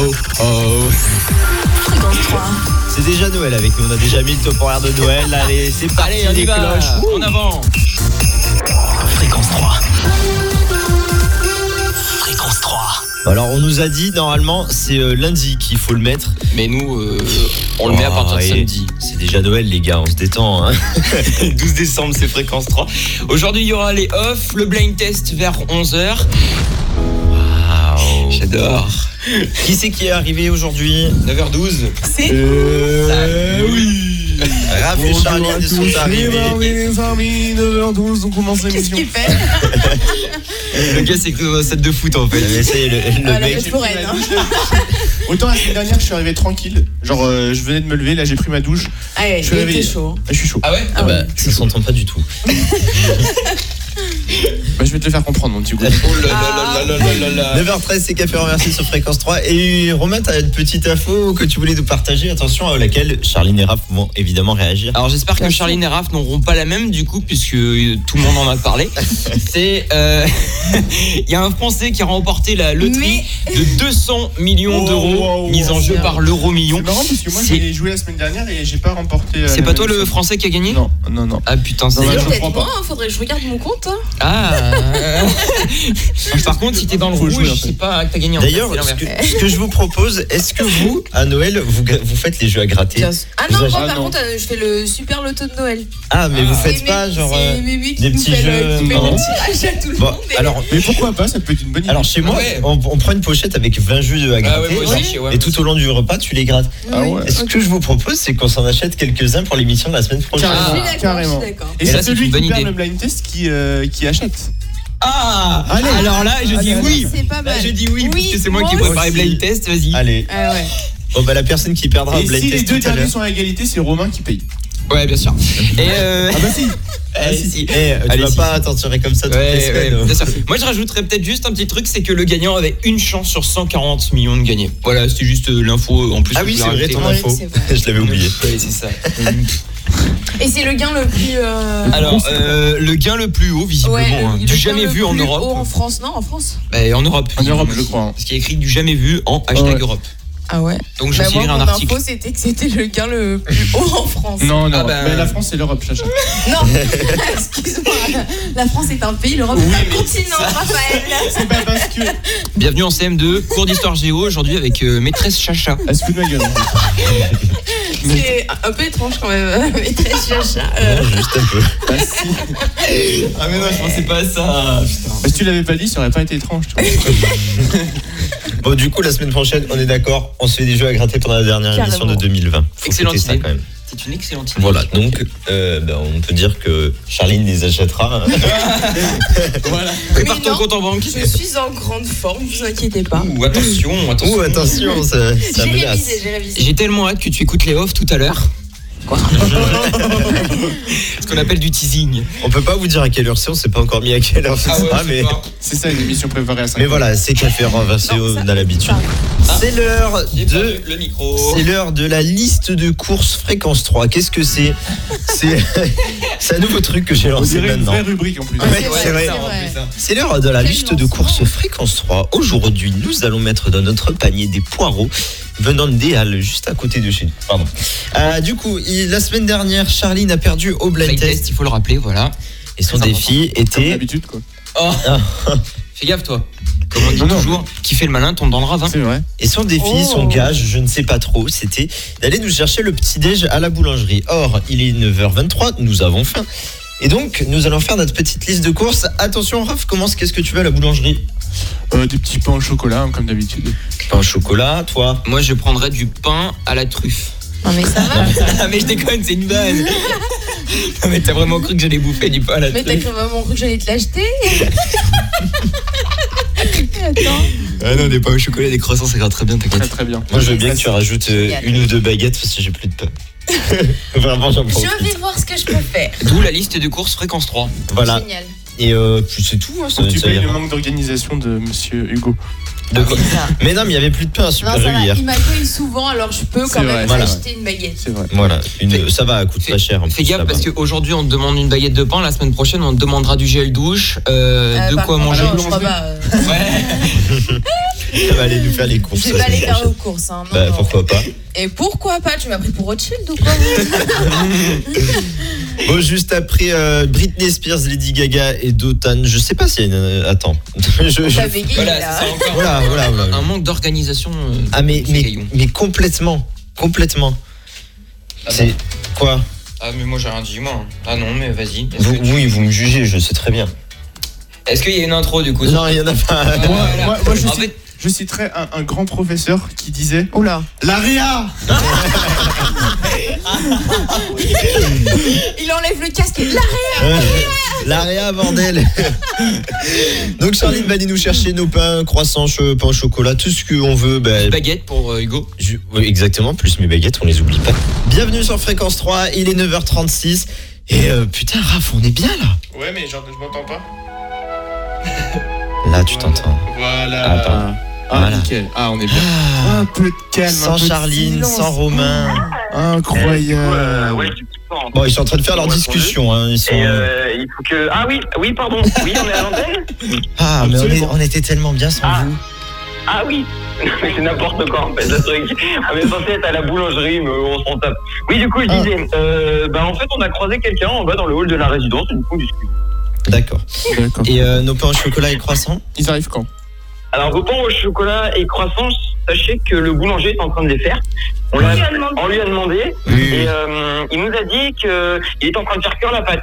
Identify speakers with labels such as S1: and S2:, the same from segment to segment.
S1: Oh.
S2: Fréquence 3.
S1: C'est déjà Noël avec nous, on a déjà mis le top horaire de Noël. Allez, c'est parti
S3: Allez, on y
S1: les
S3: va.
S1: cloches.
S3: En avant.
S4: Fréquence 3. Fréquence 3.
S1: Alors on nous a dit normalement c'est euh, lundi qu'il faut le mettre.
S3: Mais nous, euh, on le met à partir de
S1: Ah, et
S3: samedi.
S1: C'est déjà Noël les gars, on se détend. hein.
S3: 12 décembre, c'est fréquence 3. Aujourd'hui, il y aura les off, le blind test vers 11h. Ah, oh. J'adore.
S1: Qui c'est qui est arrivé aujourd'hui
S3: 9h12.
S2: C'est
S5: Euh,
S3: oui.
S1: Raph et Charline sont
S3: bah
S1: arrivés.
S5: les amis, 9h12, on commence
S2: qu'est-ce
S5: l'émission.
S2: qu'il fait
S3: Le gars, c'est que dans un set de foot en fait.
S1: Mais c'est le, le
S2: Ah, La
S1: mec.
S2: bête pour elle. hein.
S5: Autant la semaine dernière, je suis arrivé tranquille. Genre, euh, je venais de me lever, là j'ai pris ma douche.
S2: Allez,
S5: Je
S2: il
S5: suis
S2: était
S5: réveillé.
S2: chaud.
S5: Ah, je suis chaud.
S3: Ah ouais
S1: Ah bah, ça s'entend pas du tout.
S5: Bah, je vais te le faire comprendre, mon petit coup.
S3: Oh là là là là là là là là.
S1: 9h13, c'est Café Remercié sur Fréquence 3. Et Romain, t'as une petite info que tu voulais nous partager, attention, à laquelle Charline et Raph vont évidemment réagir.
S3: Alors j'espère que
S2: Merci.
S3: Charline et Raph n'auront pas la même du coup puisque euh, tout le monde en a parlé. C'est euh, il y a un Français qui a remporté la loterie de 200 millions
S5: Oh, oh,
S3: d'euros
S5: oh,
S3: mise en
S5: oh,
S3: jeu
S2: merde.
S3: par l'euro million.
S5: C'est marrant parce que moi
S3: C'est-
S5: j'ai joué la semaine dernière et j'ai pas remporté. euh,
S3: C'est
S5: la
S3: pas toi
S5: même
S3: le
S5: somme.
S3: Français qui a gagné
S5: Non, non, non.
S3: Ah putain, c'est
S5: Non,
S2: D'ailleurs,
S5: je
S2: peut-être
S5: comprends
S2: moi, hein, faudrait que je regarde mon compte. hein.
S3: Ah. Par contre, si t'es dans le
S5: Faut
S3: rouge,
S5: jouer, en
S3: je
S5: fait.
S3: sais pas que t'as gagné. en fait,
S1: D'ailleurs,
S3: c'est
S1: ce
S3: l'inverse.
S1: que, ce que je vous propose, est-ce que vous, à Noël, vous, ga- vous faites les jeux à gratter
S2: Tiens, Ah non,
S1: Vous
S2: moi
S1: avez-
S2: par
S5: Ah non.
S2: contre, euh, je fais le super loto de Noël.
S1: Ah, mais vous faites
S2: C'est
S1: pas,
S2: Mimi-
S1: genre. euh,
S2: C'est Mimi qui
S1: des
S2: nous
S1: petits
S2: fait
S1: jeux,
S2: le qui fait
S1: non.
S2: le tirage à tout le
S1: Bon,
S2: monde. et-
S1: alors,
S5: Mais pourquoi pas Ça peut être une bonne idée.
S1: alors chez moi,
S3: Ouais.
S1: on, on prend une pochette avec 20 jeux
S3: Ah
S1: à
S3: ouais,
S1: gratter.
S3: moi
S2: Oui.
S3: aussi, ouais, moi
S1: et tout au long du repas, tu les grattes.
S5: Ah
S2: Oui.
S5: ouais.
S1: Et Ce que je vous propose, c'est qu'on s'en achète quelques-uns pour l'émission de la semaine prochaine.
S2: Je
S3: Ah,
S2: suis d'accord, je suis
S5: carrément.
S2: d'accord.
S5: Et
S3: Et là,
S5: c'est
S3: c'est une
S5: celui
S3: bonne
S5: qui perd
S3: idée.
S5: le blind test qui, euh, qui achète.
S3: Ah
S5: Allez.
S3: Alors là, je dis
S5: Allez,
S3: oui.
S2: C'est pas
S3: Là,
S2: mal.
S3: je dis oui, parce que c'est moi qui ai
S2: aussi.
S3: préparé
S1: aussi.
S3: blind test, vas-y.
S1: Allez,
S2: Ah ouais.
S1: bon bah la personne qui perdra
S5: et
S1: au blind
S5: si les
S1: test
S5: deux
S1: tout à l'heure.
S5: derniers sont à égalité, c'est Romain qui paye.
S3: Ouais, bien sûr. Et euh,
S5: Ah bah si
S1: Eh,
S3: Ah, si, si.
S1: eh, tu
S3: Allez,
S1: vas
S3: si.
S1: pas t'entourer comme ça toutes les
S3: Ouais, ouais,
S1: semaines.
S3: bien sûr. Moi, je rajouterais peut-être juste un petit truc, c'est que le gagnant avait une chance sur 140 millions de gagner. Voilà, c'était juste euh, l'info euh, en plus.
S1: Ah
S3: que
S1: oui,
S3: je
S1: c'est
S3: voulais
S1: vrai,
S3: rajouter.
S1: ton
S2: Ouais,
S1: info.
S2: c'est vrai.
S1: Je l'avais oublié.
S3: Ouais, c'est ça.
S2: Et c'est le gain le plus. euh,
S3: Alors, euh, le gain le plus haut, visiblement,
S2: Ouais,
S3: hein,
S2: le
S3: du
S2: gain
S3: jamais
S2: le
S3: vu en
S2: plus haut
S3: Europe.
S2: en France, non En France
S3: Bah, en Europe.
S5: En Europe, je
S3: visiblement.
S5: crois. hein.
S3: Parce qu'il y a écrit du jamais vu en hashtag
S5: Ouais.
S3: Europe.
S2: Ah ouais
S3: Donc, je
S2: Bah, moi,
S3: signerai un
S2: mon
S3: article.
S2: info, c'était que c'était le gain le plus haut en France.
S5: Non, non,
S3: Ah bah-
S5: mais la France c'est l'Europe, chacha.
S2: Non, excuse-moi. La France est un pays, l'Europe est un continent, Raphaël.
S5: C'est pas parce que.
S3: Bienvenue en CM2, cours d'histoire géo aujourd'hui avec euh, maîtresse Chacha.
S5: Elle se fout de ma gueule.
S2: C'est un peu étrange quand même. hein, Mais très chacha.
S1: Non, juste un peu.
S5: Bah si.
S3: Ah, mais non, je pensais pas à ça.
S5: Bah, si tu l'avais pas dit, ça aurait pas été étrange, tu vois.
S1: Bon, du coup, la semaine prochaine, on est d'accord, on se fait des jeux à gratter pendant la dernière
S2: Carrément.
S1: émission de 2020. Faut
S3: Excellente
S1: fêter ça,
S3: idée.
S1: quand même.
S3: C'est une excellente idée.
S1: Voilà, donc euh, ben, on peut dire que Charline les achètera.
S3: Voilà.
S2: Mais
S3: Prépare ton
S2: non.
S3: compte en banque.
S2: Je suis en grande forme, vous inquiétez pas.
S3: Ouh, attention, attention.
S1: Ouh, attention, ça, ça
S2: J'ai
S1: menace.
S2: révisé, j'ai révisé.
S3: J'ai tellement hâte que tu écoutes les off tout à l'heure. Quoi Ce qu'on appelle du teasing. Ah,
S1: On peut pas vous dire à quelle heure c'est, on s'est pas encore mis à quelle heure ce
S5: Ah
S1: sera, mais,
S5: C'est ça une émission préparée à 5
S1: mais voilà, c'est Café Renversé,
S2: Non, ça-
S1: on a l'habitude. C'est l'heure de
S3: le micro.
S5: Ah.
S1: C'est l'heure de la liste de courses fréquence 3. Qu'est-ce que c'est C'est c'est un nouveau truc que j'ai
S5: On
S1: lancé
S5: dirait une
S1: maintenant.
S5: vraie rubrique en plus.
S1: Ouais,
S2: vrai,
S1: c'est vrai.
S2: c'est vrai.
S1: C'est l'heure de la
S2: Quel
S1: liste de
S2: lancement.
S1: courses fréquence 3. Aujourd'hui, nous allons mettre dans notre panier des poireaux venant des Halles, juste à côté de chez nous. Pardon. Euh, du coup, il- la semaine dernière, Charline a perdu au blind
S3: Blind
S1: test
S3: test, il faut le rappeler, voilà.
S1: et son
S3: Très
S1: défi
S5: Comme
S1: était.
S5: d'habitude, quoi.
S3: Oh. Fais gaffe, toi. Comme on dit
S5: Non, non.
S3: toujours, qui fait le malin tombe dans le ravin.
S5: C'est vrai.
S1: Et son défi,
S2: Oh.
S1: son gage, je ne sais pas trop, c'était d'aller nous chercher le petit-déj à la boulangerie. Or, il est 9h23, nous avons faim. Et donc, nous allons faire notre petite liste de courses. Attention, Raph, commence, qu'est-ce que tu veux à la boulangerie
S5: Euh, des petits pains au chocolat, hein, comme d'habitude.
S1: Pain au chocolat, toi
S3: Moi, je prendrais du pain à la truffe.
S2: Non, mais ça va.
S3: Ah, mais je déconne, c'est une base. Non, mais t'as vraiment cru que j'allais bouffer du pain à la
S2: Mais t'as
S3: truffe
S2: quand même cru que j'allais te l'acheter. Attends.
S3: Ah non, des pains au chocolat, des croissants, ça va très bien,
S5: Très
S3: t'inquiète.
S5: très bien.
S1: Moi, je veux bien que tu rajoutes euh,
S2: Génial.
S1: une ou deux baguettes parce que j'ai plus de pain. Vraiment, j'en
S2: Je
S1: profite.
S2: vais voir ce que je peux faire.
S3: D'où la liste de courses fréquence 3.
S1: Voilà.
S2: Génial.
S1: Et euh, puis c'est tout, hein, ça,
S5: Faut que tu
S1: ça
S5: payes le
S1: ira.
S5: manque d'organisation de monsieur Hugo.
S1: De quoi Mais non, mais il n'y avait plus de pain à
S2: Non,
S1: Super
S2: ça
S1: U
S2: va.
S1: hier.
S2: Il m'accueille souvent, alors je peux
S5: C'est
S2: quand
S5: vrai.
S2: même
S1: Voilà.
S2: acheter une baguette.
S5: C'est vrai.
S1: Voilà, une-
S3: Fais-
S1: ça va, coûte
S3: fais-
S1: pas cher. en
S3: Fais
S1: plus,
S3: gaffe
S1: là-bas.
S3: parce qu'aujourd'hui on te demande une baguette de pain, la semaine prochaine on te demandera du gel douche, euh,
S2: Euh,
S3: de
S2: par
S3: quoi
S2: contre,
S3: manger.
S2: non, je crois pas. euh,
S3: Ouais.
S1: Elle va aller nous faire les courses.
S2: Je vais
S1: la
S2: pas les
S1: semaine
S2: faire
S1: prochaine.
S2: aux courses. Hein. Non,
S1: Bah
S2: non.
S1: pourquoi pas.
S2: Et pourquoi pas Tu m'as pris pour Rothschild ou quoi
S1: Bon, juste après euh, Britney Spears, Lady Gaga et Dotan. Je sais pas s'il y a une. euh, attends. Je- je-
S2: T'avais gagné
S3: Voilà,
S2: là.
S3: c'est ça encore.
S1: Voilà, voilà, voilà.
S3: Un manque d'organisation. euh,
S1: Ah mais,
S3: petit
S1: mais,
S3: caillou.
S1: mais complètement. Complètement.
S3: Ah
S1: C'est. Quoi
S3: Ah, mais moi j'ai rien dit, moi. hein. Ah non, mais vas-y. Est-ce
S1: Vous-
S3: que-
S1: Oui, vous me jugez, je sais très bien.
S3: Est-ce qu'il y a une intro du coup
S1: Non, il y en a pas.
S3: Ah, voilà.
S5: moi- moi, je
S3: En
S5: sais-
S3: fait,
S5: Je citerai un, un grand professeur qui disait
S1: Oh
S2: Oula.
S5: La RIA
S2: Il enlève le casque et là
S1: L'area, bordel Donc Charline va aller nous chercher nos pains, croissants, che- pain au chocolat, tout ce qu'on veut. ben,
S3: baguette pour euh, Hugo.
S1: ju- oui, exactement, plus mes baguettes, on les oublie pas. Bienvenue sur Fréquence 3, il est 9h36. Et euh, putain, Raph, on est bien là
S5: Ouais, mais genre, je m'entends pas.
S1: Là, tu t'entends.
S5: Voilà.
S1: Ah, pardon.
S5: Ah,
S1: Voilà.
S5: nickel. Ah, on est bien.
S1: Ah,
S5: Un peu de calme. un
S1: sans
S5: peu de
S1: Charline,
S5: silence. Ah.
S1: sans Romain.
S5: Incroyable.
S6: Ouais, j'ai plus de temps.
S1: Bon, Euh, Oh, ils sont en train de faire leur discussion. hein, ils sont...
S6: Et euh, il faut que. Ah oui, oui, pardon. Oui, on est à l'antenne
S1: Ah, mais on, est-
S5: absolument.
S1: on était tellement bien sans
S6: Ah.
S1: vous.
S6: Ah oui Mais C'est n'importe quoi en fait, le truc. On est censé être à la boulangerie, mais on s'en tape. Oui, du coup, je
S1: Ah.
S6: disais, euh, bah, en fait, on a croisé quelqu'un en bas dans le hall de la résidence, et du coup, on discute.
S1: D'accord.
S5: D'accord.
S1: Et euh, nos pains au chocolat et croissants
S5: Ils arrivent quand
S6: Alors, vos pains au chocolat et croissants, sachez que le boulanger est en train de les faire. On, l'a- on lui a demandé, et euh, il nous a dit qu'il est en train de faire cuire la pâte.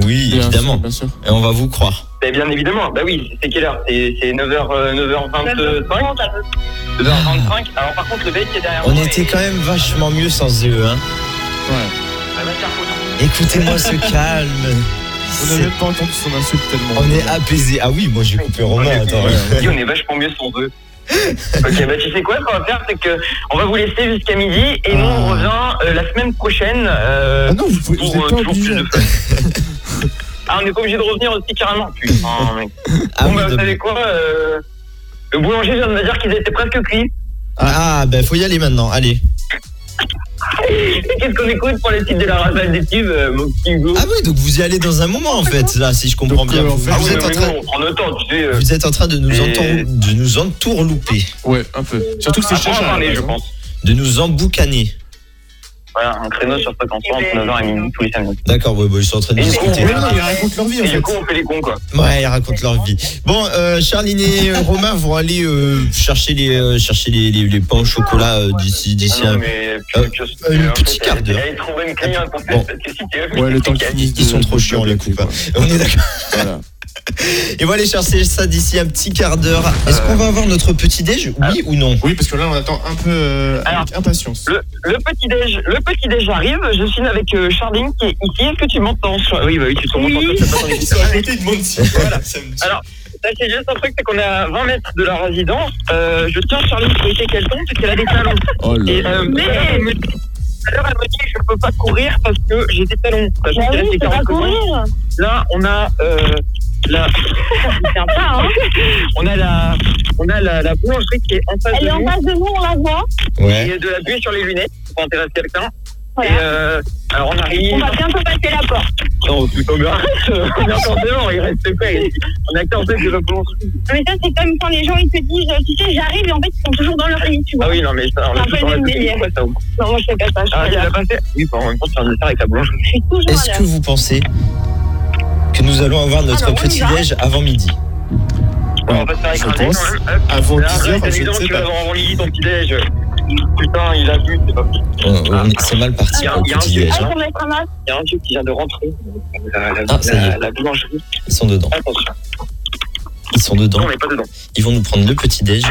S1: Oui,
S5: Bien sûr,
S1: évidemment.
S5: Bien sûr.
S1: Et on va vous croire.
S6: Ben, bien évidemment, bah oui, c'est quelle heure C'est c'est 9h, euh, 9h25 9h25, alors par contre le mec qui est derrière
S1: On
S6: moi
S1: était
S6: est-
S1: quand même vachement mieux sans eux, hein.
S6: Ah, bah, tiens, faut-
S1: Écoutez-moi ce calme.
S5: On n'a
S1: C'est-
S5: même pas entendu son insulte tellement.
S1: On est apaisé. Ah oui, moi j'ai coupé Romain. Attends.
S6: Oui, on est vachement mieux sans eux. ok, bah tu sais quoi, ce qu'on va faire, c'est que on va vous laisser jusqu'à midi et nous
S1: Ah.
S6: on revient euh, la semaine prochaine euh,
S5: Ah non, vous pouvez- vous
S6: pour
S5: n'êtes
S6: euh,
S5: pas
S6: toujours plus
S5: obligé.
S6: de fun. ah, on est pas obligé de revenir aussi carrément. Putain, mec.
S1: Ah,
S6: bon,
S1: oui,
S6: bah, vous
S1: donc-
S6: savez quoi euh, Le boulanger vient de me dire qu'ils étaient presque cuits.
S1: ah ben faut y aller maintenant. Allez.
S6: Qu'est-ce qu'on écoute pour les titres de la rafale des tubes, euh, mon petit Hugo
S1: Ah oui, donc vous y allez dans un moment en fait. Là, si je comprends
S5: Donc,
S1: bien.
S5: euh, en
S1: Vous,
S5: fait-
S6: Ah
S1: vous
S6: oui,
S1: êtes en
S6: mais
S1: train,
S6: bon, on prend le temps, tu sais. euh,
S1: vous êtes en train de nous
S6: Et-
S1: entour- de nous entourlouper,
S5: Ouais, un peu. Surtout que c'est
S6: après, Ah, on va
S5: cher.
S6: parler, je pense.
S1: de nous emboucaner.
S6: Voilà, un créneau sur fréquence 3 entre 9h et minuit tous les samedis.
S1: D'accord, ouais, bon, ils sont en train de
S6: Et-
S1: discuter.
S5: Ouais, non, ils racontent leur vie en
S6: Et du
S5: fait.
S6: coup, on fait les cons, quoi.
S1: Ouais, ils racontent leur vie. Bon, euh, Charline et euh, Romain vont aller euh, chercher les euh, chercher les, les, les pains au chocolat euh, d'ici
S6: Ah
S1: d'ici
S6: non,
S1: un.
S6: mais
S1: Euh,
S6: puis- puis-
S1: un
S6: en
S1: petit
S6: fait,
S1: quart d'heure.
S6: Elle est trouvée une cliente pour
S1: Bon.
S6: faire cette publicité.
S5: Ouais, le temps qu'ils finissent.
S1: Ils sont
S5: de-
S1: trop
S5: de-
S1: chiants,
S5: de-
S1: les
S5: de-
S1: coupes. On est d'accord.
S5: Voilà.
S1: Et on va aller chercher ça d'ici un petit quart d'heure. Est-ce qu'on va avoir notre petit déj Oui ou non
S5: Oui, parce que là, on attend un peu euh,
S6: Alors,
S5: avec impatience.
S6: Le, le petit déj, le petit déj arrive. Je suis avec euh, Charline qui est ici. Est-ce que tu m'entends Char- Oui, bah oui, tu t'entends.
S2: Oui.
S6: ça, ça t'entend.
S5: Ils sont à côté de Monty. Voilà, ça me dit.
S6: Alors, Sachez juste un truc, c'est qu'on est à 20 mètres de la résidence. Euh, je tiens Charline pour éviter qu'elle tombe parce qu'elle a des talons.
S5: Oh
S6: Et
S5: là.
S6: euh, tout à l'heure, elle me dit- tout à l'heure, elle me dit je peux pas courir parce que j'ai des talons. Parce
S7: Bah
S8: Bah
S6: que j'ai des 40 secondes. Là, on a euh, la,
S7: hein.
S6: on a la, on a la, la boulangerie qui est en face
S7: Elle
S6: de
S7: est en
S6: nous
S7: face de nous, on la voit.
S1: Ouais.
S6: et de la buée sur les lunettes pour intéresser quelqu'un.
S7: Voilà.
S6: Et euh, alors on arrive.
S7: On va bientôt passer la porte.
S6: Non, plutôt mais arrête, on est encore dehors, il reste quoi ici On est encore dehors de la boulangerie.
S7: Mais ça, c'est comme quand les gens, ils te disent, euh, tu sais, j'arrive, et en fait, ils sont toujours dans leur lit, tu vois.
S6: Ah oui, non, mais ça, on
S7: C'est un
S6: est
S7: peu
S6: toujours
S7: le
S6: dans la
S7: même
S6: c'est quoi ça ou-
S7: Non, moi, je fais pas ça. Je,
S6: Ah,
S7: fais
S6: il
S7: ça.
S6: a passé Oui, bah, en même temps, tu as un dessert avec la boulangerie.
S7: Je suis toujours
S1: Est-ce
S7: là.
S1: que vous pensez que nous allons avoir notre
S7: Alors, on y
S1: petit
S7: va.
S1: déj avant midi
S6: Bon, on va se faire
S5: je
S6: écraser
S5: pense.
S6: quand même. hein. Hop.
S5: Avant
S6: Là,
S5: 10
S6: arrête,
S5: heures,
S6: t'as
S5: je
S6: dit
S5: ne
S6: donc,
S5: sais
S6: tu vas
S5: pas.
S6: avoir en ligne ton petit déj. Putain, il a bu, c'est pas possible.
S1: On- on- C'est mal
S6: Il
S1: parti
S6: y a-
S1: pour
S6: il y
S1: le
S6: a un
S1: petit
S6: vieux-
S1: déj.
S7: Ah, pour mettre un masque.
S6: Il y a un vieux qui vient de rentrer. La, la,
S1: Ah, ça y est.
S6: la- la boulangerie.
S1: Ils sont dedans.
S6: Attention,
S1: Ils sont
S6: non,
S1: dedans.
S6: on n'est pas dedans.
S1: Ils vont nous prendre le petit déj.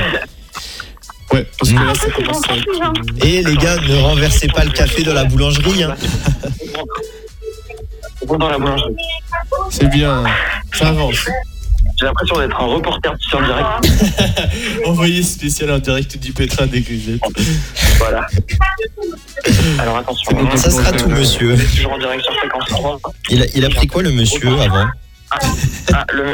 S5: Ouais, parce que
S1: Ah,
S5: là,
S7: ça,
S5: ça
S7: c'est
S5: commence à
S7: bon,
S5: être.
S7: ça,
S1: Et les gars, ne renversez pas le café de la boulangerie. hein.
S6: On rentre dans la boulangerie.
S5: C'est bien. Ça avance.
S6: J'ai l'impression d'être un reporter sur direct.
S5: Envoyé spécial en direct du pétrin des grisettes.
S6: Voilà. Alors attention, maintenant,
S1: Ça sera tout, monsieur.
S6: c'est toujours en direct sur fréquence 3.
S1: Il a, il a pris quoi, le monsieur, avant
S6: Ah, le, le,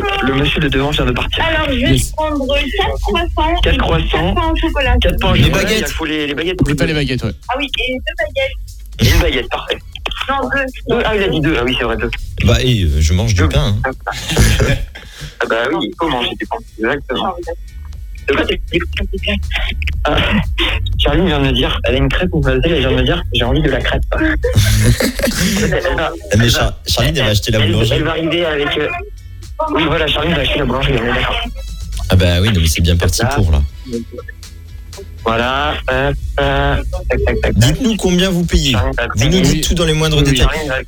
S6: le, le monsieur de devant vient de partir.
S7: Alors, je vais
S5: Yes.
S7: prendre 4 croissants. et
S6: Quatre croissants.
S7: quatre pains au chocolat.
S6: 4 pains au
S1: Les
S6: chocolat,
S1: baguettes.
S6: Il faut les, les baguettes.
S5: Oublie pas les baguettes, ouais.
S7: Ah oui, et deux baguettes.
S6: Et une baguette, parfait.
S7: Non, deux.
S6: Deux, ah, il a dit deux. Ah oui, c'est vrai, deux.
S1: Bah, et, euh, je mange du pain. hein.
S6: Ah bah oui, il faut manger des pains. Exactement. C'est vrai, c'est- Ah, Charlie vient de me dire, elle a une crêpe ou vas-y, elle vient de me dire, j'ai envie de la crêpe.
S1: Mais
S5: Ah bah,
S1: Char- Charline, elle va acheter la
S6: elle,
S1: boulangerie.
S6: elle va arriver avec. euh, Oui, voilà, Charline va acheter la boulangerie, on est d'accord.
S1: Ah bah oui, non, mais c'est bien parti pour là.
S6: Voilà, euh, euh, tac, tac, tac. tac.
S1: Dites-nous combien vous payez.
S6: Charline va
S1: Vous nous
S6: payer.
S1: dites tout dans les moindres
S5: Oui.
S1: détails.
S6: Charline va-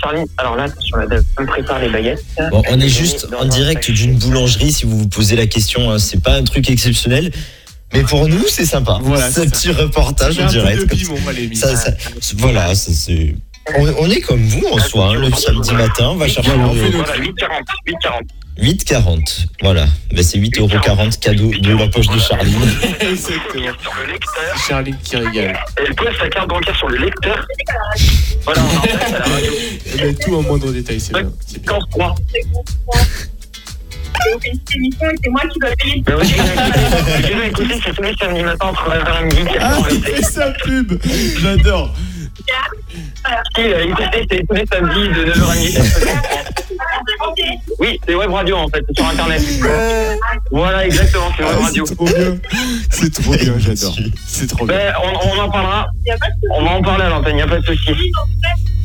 S6: Charline, alors là, attention, la dame me prépare les baguettes.
S1: Bon, on est juste en direct d'une boulangerie, si vous vous posez la question, hein, c'est pas un truc exceptionnel. Mais pour nous, c'est sympa.
S5: Voilà,
S1: c'est un
S5: c'est
S1: petit reportage
S5: J'ai
S1: en
S5: un peu
S1: direct.
S5: de
S1: comme
S5: piment, on va les mis.
S1: ça. Ça, ça- c'est- voilà, ça, c'est. On, on est comme vous en soi, hein, le samedi matin, on va chercher
S5: Voilà, on fait
S1: le
S5: le-
S6: Voilà, 8,40. 8,40.
S1: 8,40. Voilà, Ben, c'est 8,40€ cadeau de la poche de Charline.
S5: Exactement.
S6: Sur le lecteur,
S5: Charlie qui régale.
S6: elle pose sa carte bancaire sur le lecteur. Voilà, on en passe à la radio.
S5: Eh ben, tout en moindre détail, c'est bien. C'est bien.
S6: 53.
S7: cette émission et c'est moi qui dois payer.
S6: Mais oui, je vais écouter, c'est tous les samedis matin entre 9h et midi.
S5: Ah, il fait sa pub J'adore
S6: Il a écouté, c'est tous les samedis de 9h à midi. Oui, c'est Web Radio en fait, c'est sur internet. Voilà, exactement, c'est Web
S5: Ah,
S6: Radio.
S5: C'est trop bien C'est trop bien, j'adore. C'est trop bien.
S6: Ben, on, on en parlera, on va en parler à l'antenne, y a pas de souci.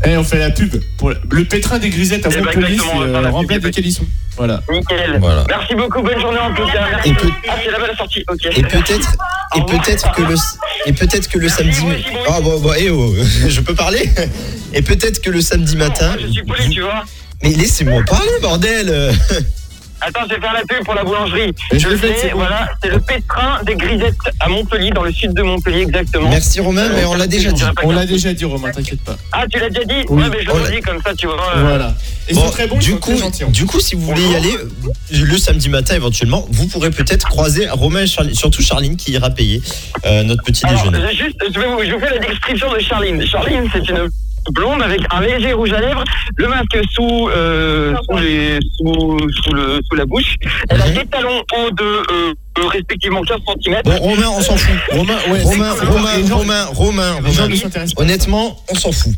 S5: Eh, on fait la pub. Pour le- le pétrin des grisettes à
S6: Eh ben,
S5: Montpellier,
S6: exactement, on va
S5: c'est
S6: faire la
S5: euh,
S6: pub
S5: remplette
S6: des
S5: de Calisson. Voilà.
S6: Nickel.
S1: Voilà.
S6: Merci beaucoup, bonne journée en tout cas. Merci.
S1: Et peut-
S6: Ah, c'est là-bas la sortie, ok.
S1: Et peut-être, et
S6: Au revoir.
S1: peut-être que le, et peut-être que le samedi. Ah bon, bon, eh oh, je peux parler. Et peut-être que le samedi matin.
S6: Je suis poli, tu vois.
S1: Mais laissez-moi parler, bordel.
S6: Attends, je vais faire la pub pour la boulangerie.
S5: Et
S6: Je
S5: je
S6: le
S5: le fais,
S6: fais,
S5: c'est bon.
S6: voilà, c'est le pétrin des grisettes à Montpellier, dans le sud de Montpellier exactement.
S1: Merci Romain, mais on l'a déjà dit.
S5: On l'a déjà dit, Romain, t'inquiète pas.
S6: Ah, tu l'as déjà dit
S5: Oui.
S6: Ouais, mais je
S1: Oh
S6: le
S1: là.
S6: dis comme ça, tu vois. euh,
S5: Voilà. Et
S1: Bon,
S5: c'est très bon, ils
S1: du
S5: sont
S1: coup,
S5: très gentils. hein.
S1: du coup, si vous voulez y aller euh, le samedi matin éventuellement, vous pourrez peut-être croiser Romain et Charline, surtout Charline qui ira payer euh, notre petit
S6: Alors,
S1: déjeuner.
S6: je- juste, je vais vous, je vous fais la description de Charline. Charline, c'est une blonde avec un léger rouge à lèvres, le masque sous, euh, sous, les, sous, sous, le, sous la bouche. Elle a
S1: Mhm.
S6: des talons hauts de euh, euh, respectivement 15 cm.
S1: Bon, Romain, on s'en fout. Romain,
S5: ouais,
S1: Romain,
S5: c'est- c'est-
S1: Romain,
S5: les gens-
S1: Romain, Romain,
S5: Les gens
S1: Romain.
S5: ne s'intéressent pas.
S1: Honnêtement, on s'en fout.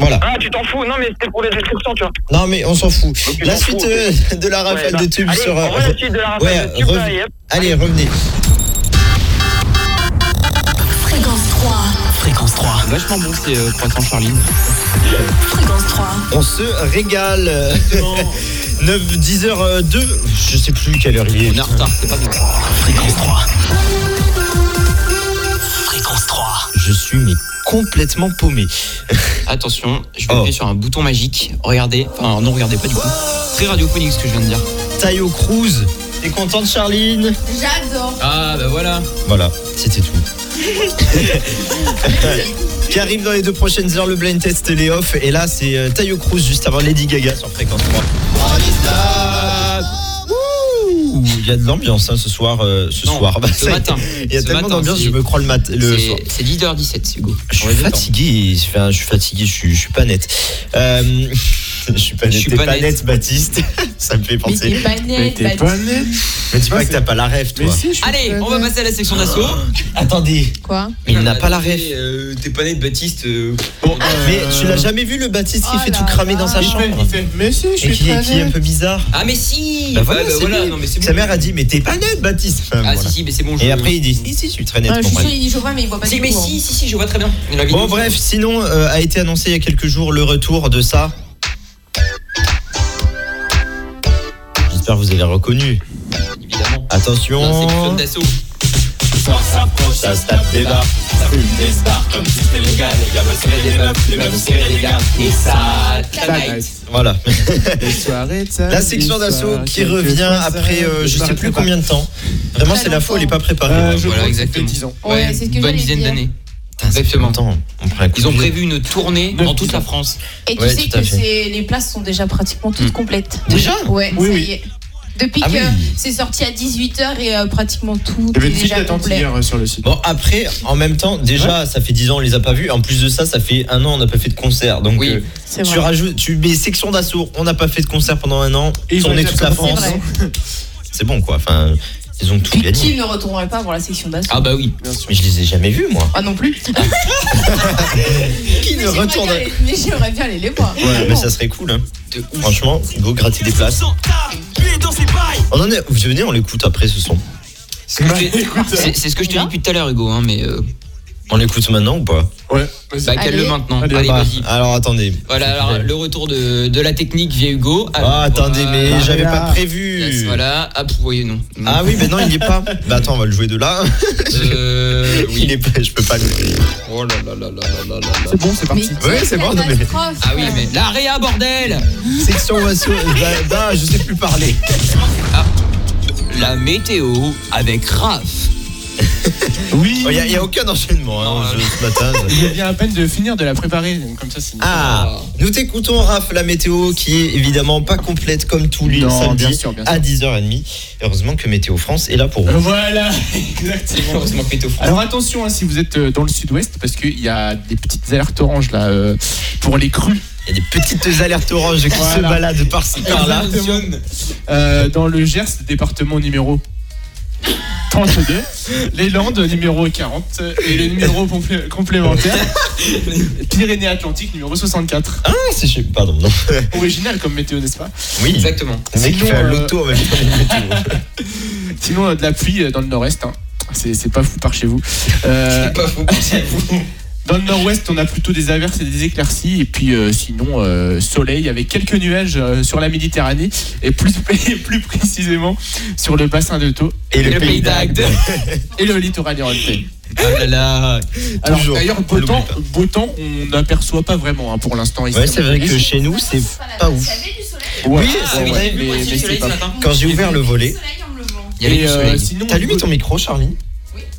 S1: Voilà.
S6: Ah, tu t'en fous Non, mais c'était pour la description, tu vois.
S1: Non, mais on s'en fout.
S6: tu
S1: La
S6: t'en
S1: suite
S6: fous,
S1: euh, de la rafale
S6: Ouais,
S1: de
S6: bah,
S1: tubes
S6: allez,
S1: sur. euh,
S6: on voit la suite de la rafale
S1: ouais,
S6: de tubes,
S1: rev-
S6: là, et hop.
S1: Allez, revenez.
S9: Fréquence 3,
S4: Fréquence 3.
S3: Vachement bon, c'est euh, croissant Charline.
S9: fréquence 3,
S1: On se régale. 9, 10h02. euh, Je sais plus quelle heure il est.
S3: On est en retard, c'est pas bon.
S4: Fréquence 3. Fréquence 3.
S1: Je suis mais complètement paumé.
S3: Attention, je vais
S1: Oh.
S3: appuyer sur un bouton magique. Regardez, enfin non, regardez pas du coup. Très radiophonique ce que je viens de dire.
S1: Tayo Cruz. T'es contente, Charline
S2: J'adore.
S3: Ah bah voilà.
S1: Voilà, c'était tout. Qui arrive dans les deux prochaines heures, le blind test et les off. Et là, c'est euh, Tayo Cruz juste avant Lady Gaga sur fréquence 3. Ouh, Il y a de l'ambiance hein, ce soir. euh, ce
S3: Non,
S1: soir. Bah,
S3: ce
S1: ça-
S3: matin.
S1: Il y a
S3: Ce
S1: tellement
S3: matin,
S1: d'ambiance,
S3: c'est-
S1: je me crois le, mat le soir.
S3: C'est 10h17, Hugo.
S1: Je suis fatigué, enfin, je suis fatigué, je suis, je suis pas net. Euh, je suis pas net,
S3: Je suis
S1: t'es
S3: pas
S1: pas
S3: net.
S1: net, Baptiste. Ça me fait
S2: Mais
S1: penser.
S2: t'es pas
S5: Mais
S2: nette,
S5: t'es
S2: Baptiste.
S5: pas net
S1: Mais dis pas
S5: Ouais,
S1: que t'as pas la rêve,
S5: Mais
S1: toi.
S5: si, je suis
S3: Allez,
S5: pas
S3: on va
S5: net.
S3: passer à la section d'assaut. Ah, euh,
S1: Attendez,
S2: Quoi
S1: mais il n'a pas la rêve.
S3: T'es pas né de Baptiste. euh.
S1: Mais tu l'as jamais vu le Baptiste qui
S2: Oh
S1: fait
S2: là
S1: tout cramer
S2: là.
S1: dans sa
S5: Il fait-
S1: chambre
S5: il fait, Mais si, je
S1: et qui,
S5: suis très
S1: qui est un
S5: net.
S1: peu bizarre.
S3: Ah mais si
S1: Bah voilà,
S3: Ouais, bah
S1: c'est
S3: voilà,
S1: lui.
S3: non mais c'est bon.
S1: Sa mère a dit mais t'es pas net Baptiste. Enfin,
S3: Ah
S1: voilà.
S3: si si, mais c'est bon.
S1: Et
S3: je-
S1: après il dit si si je suis très net.
S2: Ah, Je
S1: bon,
S2: suis
S1: bref.
S2: sûre, il dit je vois, mais il voit pas
S3: Si,
S2: du
S3: mais
S2: tout, hein.
S3: si, si, si, je vois très bien. La vidéo.
S1: Bon bref, sinon euh, a été annoncé il y a quelques jours le retour de ça. J'espère que vous avez reconnu.
S3: évidemment. La
S1: Attention.
S3: section d'assaut.
S1: Ça se tape des barres, ça fume des stars comme si c'était légal. Les gars veulent serrer les meufs, les meufs veulent serrer les gars.
S3: Et ça.
S5: Bye.
S3: claque.
S1: Voilà.
S5: Les soirées de samedi
S1: La section d'assaut
S5: soir,
S1: qui
S5: quelques
S1: revient
S5: fois,
S1: après
S5: ça
S1: euh,
S5: va,
S1: je sais
S5: débarque
S1: plus
S5: pas.
S1: combien de temps. Vraiment,
S2: Très
S1: c'est la folle, elle est pas
S5: Euh,
S1: préparée.
S5: je
S3: Voilà,
S5: crois que ça fait
S3: exactement.
S5: 10 ans.
S2: hein. Ouais, c'est ce que
S3: bonne
S2: j'allais
S3: dizaine
S2: dire.
S3: d'années.
S1: Putain, ça fait
S3: exactement.
S1: longtemps. On prend un coup
S3: Ils
S1: de
S3: ont
S1: vieux.
S3: prévu une tournée
S5: Neuf,
S3: dans toute
S5: dix
S3: la
S5: ans.
S3: France.
S2: Et tu
S1: Ouais,
S2: sais
S1: tout à
S2: que
S1: fait. Hmm.
S2: c'est- les places sont déjà pratiquement toutes
S3: Mm.
S2: complètes.
S1: Déjà
S2: Ouais,
S5: Oui,
S2: ça
S5: oui.
S2: y est. Depuis
S1: Ah
S2: que
S1: oui. Eh ben,
S2: c'est sorti à 18h et euh, pratiquement tout
S5: Il y avait
S2: est
S5: une file
S2: déjà
S5: d'attente
S2: complet.
S5: ben,
S1: hein.
S5: hier euh, sur le site.
S1: Bon après, en même temps, déjà ça fait 10 ans on les a pas vus. En plus de ça, ça fait un an on n'a pas fait de concert. Donc
S3: Oui.
S1: euh,
S2: C'est
S1: tu
S2: vrai.
S1: rajoutes, tu mets section d'assaut, on n'a pas fait de concert pendant un an.
S5: Et ils ont
S1: tourner
S5: été
S1: toute la
S5: absents
S1: France,
S2: pendant un an.
S1: c'est bon quoi. Enfin, Ils ont tout
S2: Et
S1: gagné.
S2: qui ne retournerait pas pour la section d'assaut
S3: Ah bah oui.
S5: Bien sûr.
S1: Mais je les ai jamais vus, moi.
S2: Ah non plus.
S1: Qui
S2: Mais
S1: ne
S2: j'aimerais
S1: retourne
S2: bien aller- Mais j'aimerais bien aller les voir.
S1: Ouais, mais
S2: Bon.
S1: ça serait cool, hein. Franchement, go gratter des places.
S4: Tapé dans ses bails.
S1: On en est, je veux dire, on l'écoute après ce son.
S3: C'est c'est ce que je te dis depuis tout à l'heure, Hugo, hein, mais euh,
S1: On l'écoute maintenant ou pas
S5: Ouais.
S3: bah,
S2: Allez.
S3: cale-le maintenant.
S5: Allez,
S3: Allez,
S1: Bah,
S3: vas-y.
S1: Alors attendez.
S3: Voilà, alors le retour de, de la technique via Hugo. Alors,
S1: Ah, attendez, mais
S3: voilà. Bah,
S1: j'avais pas
S3: Yes,
S1: prévu.
S3: Voilà, ah, vous voyez, non. Non.
S1: Ah oui, mais non, il n'y est pas. Bah attends, on va le jouer de là.
S3: Euh,
S1: Il
S3: oui.
S1: est pas, je peux pas le.
S3: Oh là là là là là là là.
S5: C'est bon, c'est
S2: Mais
S5: parti.
S1: Ouais, c'est bon, non, mais-
S2: catastrophe.
S3: Ah oui, mais la réa, bordel
S1: Section Wasso. Bah,
S5: Ben,
S1: bah, je sais plus parler.
S3: La météo avec Raph.
S5: Oui.
S1: Oh, Il n'y a, aucun enchaînement hein,
S5: Ah.
S3: Non,
S1: je- ce matin.
S5: Il vient à peine de finir de la préparer, donc comme ça c'est.
S1: Ah, nous t'écoutons Raph, la météo qui est évidemment pas complète comme tous les
S5: Non,
S1: samedis
S5: bien sûr, bien sûr.
S1: à 10h30. Heureusement que Météo France est là pour vous.
S5: Voilà, exactement.
S3: Heureusement que météo.
S5: Alors attention hein, si vous êtes euh, dans le sud-ouest parce qu'il y a des petites alertes oranges là euh, pour les crues
S1: Il y a des petites alertes oranges qui
S5: Voilà.
S1: se baladent par-ci par-là.
S5: Exactement. Euh, dans le Gers, département numéro 32, les Landes numéro 40 et le numéro pomplé- complémentaire Pyrénées-Atlantiques numéro 64.
S1: Ah, c'est chez- Pardon, non.
S5: Original comme météo, n'est-ce pas
S1: Oui,
S3: Exactement.
S1: le mec qui
S5: Sinon,
S1: fait à
S5: euh,
S1: l'auto avec
S5: Sinon, euh, de la pluie euh, dans le nord-est. hein. C'est c'est pas fou par chez vous. Euh,
S3: Pas faux.
S5: dans le nord-ouest, on a plutôt des averses et des éclaircies. Et puis euh, sinon, euh, soleil avec quelques nuages euh, sur la Méditerranée. Et plus, et plus précisément sur le bassin de Thau
S1: Et
S3: Le pays d'Agde.
S5: et le littoral irlandais.
S3: Ah là là.
S5: Alors
S1: Toujours.
S5: d'ailleurs,
S1: On
S5: beau
S1: l'oublie
S5: temps,
S1: pas.
S5: beau temps, on n'aperçoit pas vraiment hein, pour l'instant. ici.
S1: Ouais, c'est vrai que chez nous, c'est pas ouf.
S5: Ouais,
S1: Oui,
S3: Ah,
S1: c'est
S3: oui,
S1: vrai,
S3: j'ai vu, moi
S5: mais-
S3: aussi,
S5: mais
S3: le
S5: c'est
S3: soleil
S5: pas-
S3: ce matin.
S1: Quand j'ai ouvert le volet.
S3: Il y avait
S5: Et,
S3: du
S5: euh,
S3: soleil.
S5: sinon,
S1: T'as allumé ton micro, Charlie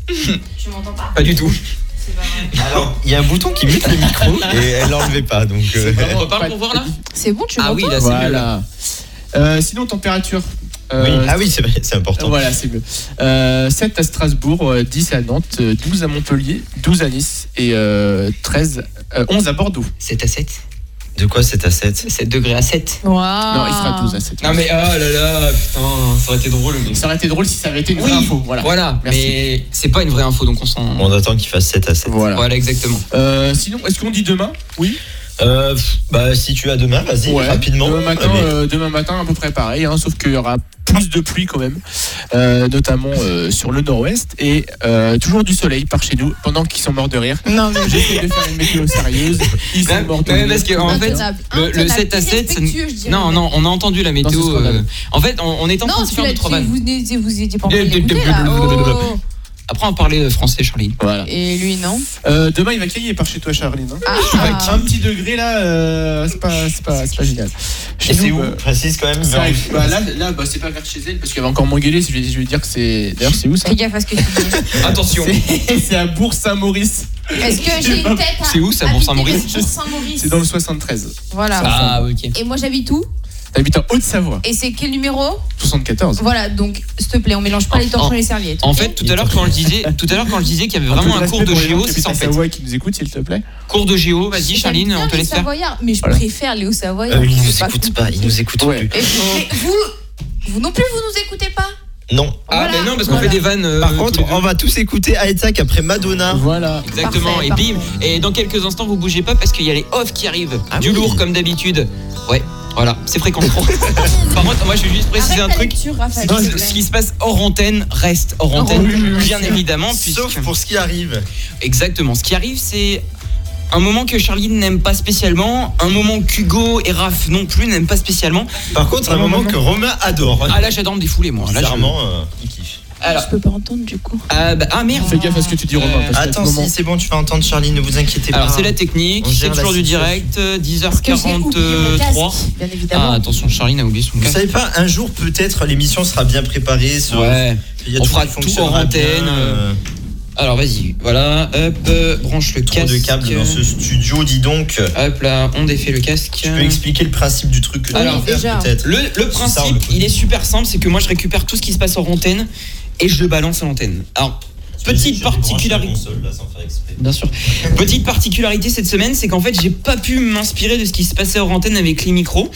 S2: Je m'entends pas.
S3: Pas du tout.
S2: C'est pas vrai.
S1: Alors, il y a un bouton qui mute le micro et elle l'enlevait pas. Donc, euh,
S3: On reparle pour voir là
S2: C'est bon, tu
S3: Ah
S2: m'entends
S3: oui, là c'est mieux. là.
S5: Voilà. Euh, sinon, température.
S1: oui.
S5: Euh,
S1: Ah oui, c'est vrai, c'est important.
S5: Voilà, c'est mieux. Euh, 7 à Strasbourg, euh, 10 à Nantes, euh, 12 à Montpellier, 12 à Nice et euh, 13, euh, 11 à Bordeaux.
S3: 7 à 7
S1: De quoi cet asset
S3: 7 degrés à 7.
S2: Waouh.
S5: Non, il sera 12 à 7.
S3: Non mais oh là là, putain, ça aurait été drôle mais.
S5: Ah, Ça aurait été drôle si ça avait été une vraie info. Voilà.
S3: Voilà,
S5: Merci.
S3: mais c'est pas une vraie info donc on s'en.
S1: On attend qu'il fasse 7 à 7.
S5: Voilà.
S3: Voilà, exactement.
S5: Euh, sinon, est-ce qu'on dit demain Oui.
S1: Euh, pff, bah, si tu as demain, vas-y,
S5: Ouais.
S1: rapidement.
S5: Demain matin,
S1: Mais-
S5: euh, demain matin, à peu près pareil, hein, sauf qu'il y aura plus de pluie quand même, euh, notamment euh, sur le nord-ouest et euh, toujours du soleil par chez nous pendant qu'ils sont morts de rire.
S2: Non, mais
S5: J'essaie de faire une météo sérieuse. Ils sont
S3: Non,
S5: morts de
S3: mais
S5: rire.
S3: parce que, en fait,
S2: Intenable,
S3: le- le
S2: intenable,
S3: 7 à 7, ça ne-
S2: irrespectueux, je dirais.
S3: Non, non, on a entendu la
S5: c'est
S3: météo.
S5: scandaleux.
S3: euh, En fait, on, on est en train
S2: Non,
S3: de se faire
S2: celui-là,
S3: notre
S2: tu-
S3: travail.
S2: vous n'étiez vous étiez pas en train de
S3: Blub, blub,
S2: l'écouter, là.
S3: blub, blub, blub,
S2: Oh.
S3: Après, on parlait euh, français, Charlie.
S5: Voilà.
S2: Et lui, non.
S5: Euh, demain, il va cailler par chez toi, Charline. hein.
S2: Ah,
S5: Un petit degré là, euh, c'est pas, c'est pas, c'est pas génial. Chez
S1: Et c'est
S5: nous,
S1: où
S5: euh,
S1: Précise
S3: Mmh.
S1: quand même.
S5: ça
S1: vers-
S5: arrive. Bah, là, là bah, c'est pas vers chez elle parce qu'elle va encore m'engueuler. si Je, vais- je vais dire que c'est. D'ailleurs, c'est où ça
S2: Fais gaffe à ce que tu dis.
S3: Ah, Attention.
S5: C'est c'est à Bourg-Saint-Maurice.
S2: Est-ce que j'ai une tête à
S3: C'est où, ça,
S2: habiter
S3: Bourg-Saint-Maurice
S2: le Bourg-Saint-Maurice
S5: C'est dans le 73.
S2: Voilà.
S3: Ah, ok.
S2: Et moi, j'habite où
S5: T'habites en Haute-Savoie,
S2: Et c'est quel numéro
S5: 74.
S2: Voilà, donc, s'il te plaît, on mélange pas les torchons
S3: En-
S2: et les serviettes.
S3: En
S2: ok
S3: fait, tout à l'heure, quand je disais, tout à l'heure, quand je disais qu'il y avait vraiment
S5: tout
S3: un
S5: respect
S3: cours de
S5: pour les gens
S3: géo,
S5: qui
S3: c'est ça en
S5: habitent à
S3: fait.
S5: Savoie qui nous écoute, s'il te plaît.
S3: Cours de géo, vas-y,
S2: J'aime
S3: Charline,
S2: bien
S3: on te
S2: les
S3: laisse faire.
S2: Savoyards, mais je
S5: Voilà.
S2: préfère les hauts savoyards.
S1: Euh, il nous écoute pas, il nous écoute
S5: Ouais.
S1: plus.
S2: vous, vous non plus, vous nous écoutez pas
S5: Euh,
S1: Non.
S3: Ah,
S2: Voilà.
S3: mais non, parce qu'on
S2: Voilà.
S3: fait des vannes. euh,
S1: Par
S3: tous
S1: contre,
S3: les deux.
S1: on va tous écouter Aetak après
S3: Ah.
S1: Madonna.
S5: Voilà.
S3: Exactement,
S2: Parfait,
S3: et
S2: parfait.
S3: bim Et dans quelques instants, vous bougez pas parce qu'il y a les offs qui arrivent.
S1: Ah
S3: du
S1: oui.
S3: lourd comme d'habitude. Ouais, voilà, c'est fréquent trop. Par contre, moi je vais juste préciser
S2: Arrête
S3: un
S2: ta
S3: truc.
S2: lecture, Raphaël,
S3: Non,
S2: s'il te
S3: ce
S2: plaît.
S3: qui se passe hors antenne reste hors
S2: Oh,
S3: antenne,
S5: oui, oui, oui,
S3: bien évidemment. Puisque...
S1: Sauf pour ce qui arrive.
S3: Exactement, ce qui arrive, c'est un moment que Charline n'aime pas spécialement, un moment qu'Hugo et Raph non plus n'aiment pas spécialement.
S1: Par contre, un
S5: Non,
S1: moment
S5: non, non.
S1: que Romain adore.
S3: Ah là, j'adore me défouler, moi. Là, je-
S1: Bizarrement, euh, il kiffe.
S3: Alors,
S2: Je peux pas entendre du coup.
S3: ah, bah, ah, merde
S5: Fais gaffe à ce que tu dis, Romain. parce qu'à ce
S1: Attends,
S5: moment-
S1: si c'est bon, tu vas entendre Charlie, ne vous inquiétez
S3: Alors,
S1: pas.
S3: c'est la technique,
S1: On
S3: c'est
S1: gère la
S3: toujours du
S1: situation.
S3: direct, euh,
S2: que j'ai oublié mon
S3: 10h43.
S2: casque, Bien
S3: Ah,
S2: évidemment.
S3: attention, Charline a oublié son
S1: Vous
S3: casque.
S1: savez pas, un jour peut-être l'émission sera bien préparée. sur-
S3: Ouais.
S1: Il y a
S3: On
S1: tout
S3: fera
S1: qui
S3: tout
S1: fonctionnera
S3: en antenne,
S1: bien,
S3: euh,
S1: euh,
S3: Alors vas-y, voilà, hop, euh, branche le
S1: Trop
S3: casque.
S1: de câbles dans ce studio, dis donc.
S3: Hop là, on défait le casque.
S1: Tu peux expliquer le principe du truc que tu
S3: Euh. Alors,
S1: vas
S2: déjà.
S1: faire peut-être
S3: Le, le
S1: Ça, on le
S3: principe,
S1: connaît.
S3: il est super simple, c'est que moi je récupère tout ce qui se passe hors antenne et je le balance à l'antenne. Alors, Petite particularité. Bien sûr. Petite particularité cette semaine, c'est qu'en fait, j'ai pas pu m'inspirer de ce qui se passait hors antenne avec les micros.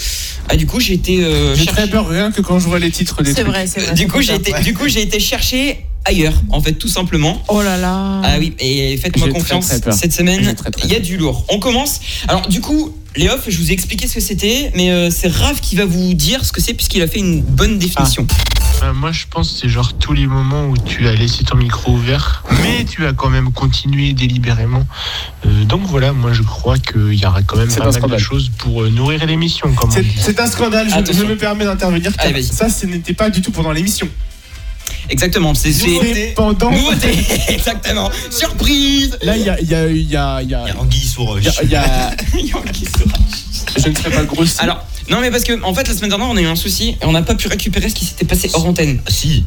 S3: Ah, du coup, j'ai été euh,
S5: J'ai
S3: chercher-
S5: très peur rien que quand je vois les titres des
S2: C'est
S5: trucs.
S2: vrai, c'est vrai. Ah,
S3: Du coup, j'ai été, du coup, j'ai été chercher ailleurs, en fait, tout simplement.
S2: Oh là là.
S3: Ah oui, et faites-moi
S5: J'ai très,
S3: confiance.
S5: très peur.
S3: Cette
S5: J'ai
S3: semaine,
S5: très, très
S3: il y a du lourd. On commence. Alors, du coup, les off, je vous ai expliqué ce que c'était, mais euh, c'est Raph qui va vous dire ce que c'est puisqu'il a fait une bonne définition.
S10: Bah, moi, je pense que c'est genre tous les moments où tu as laissé ton micro ouvert, mais tu as quand même continué délibérément. Euh, donc voilà, moi, je crois qu'il y aura quand même
S5: C'est
S10: pas
S5: pas
S10: mal
S5: scandale.
S10: de choses pour euh, nourrir l'émission. Comme on
S5: C'est-
S10: dit.
S5: C'est un scandale, je,
S3: Attention.
S5: je me permets d'intervenir car
S3: Allez, vas-y.
S5: ça ce n'était pas du tout pendant l'émission.
S3: Exactement. C'est
S5: C'est
S3: c'est-
S5: pendant
S3: nouveauté. Exactement. Surprise.
S5: Là il y a il y a il y a il y a-
S1: Il y a Anguille euh, sous roche.
S5: il y a- il y a- je ne serais pas grossi.
S3: Alors, non, mais parce que en fait, la semaine dernière, on a eu un souci et on n'a pas pu récupérer ce qui s'était passé hors antenne.
S1: Ah, si.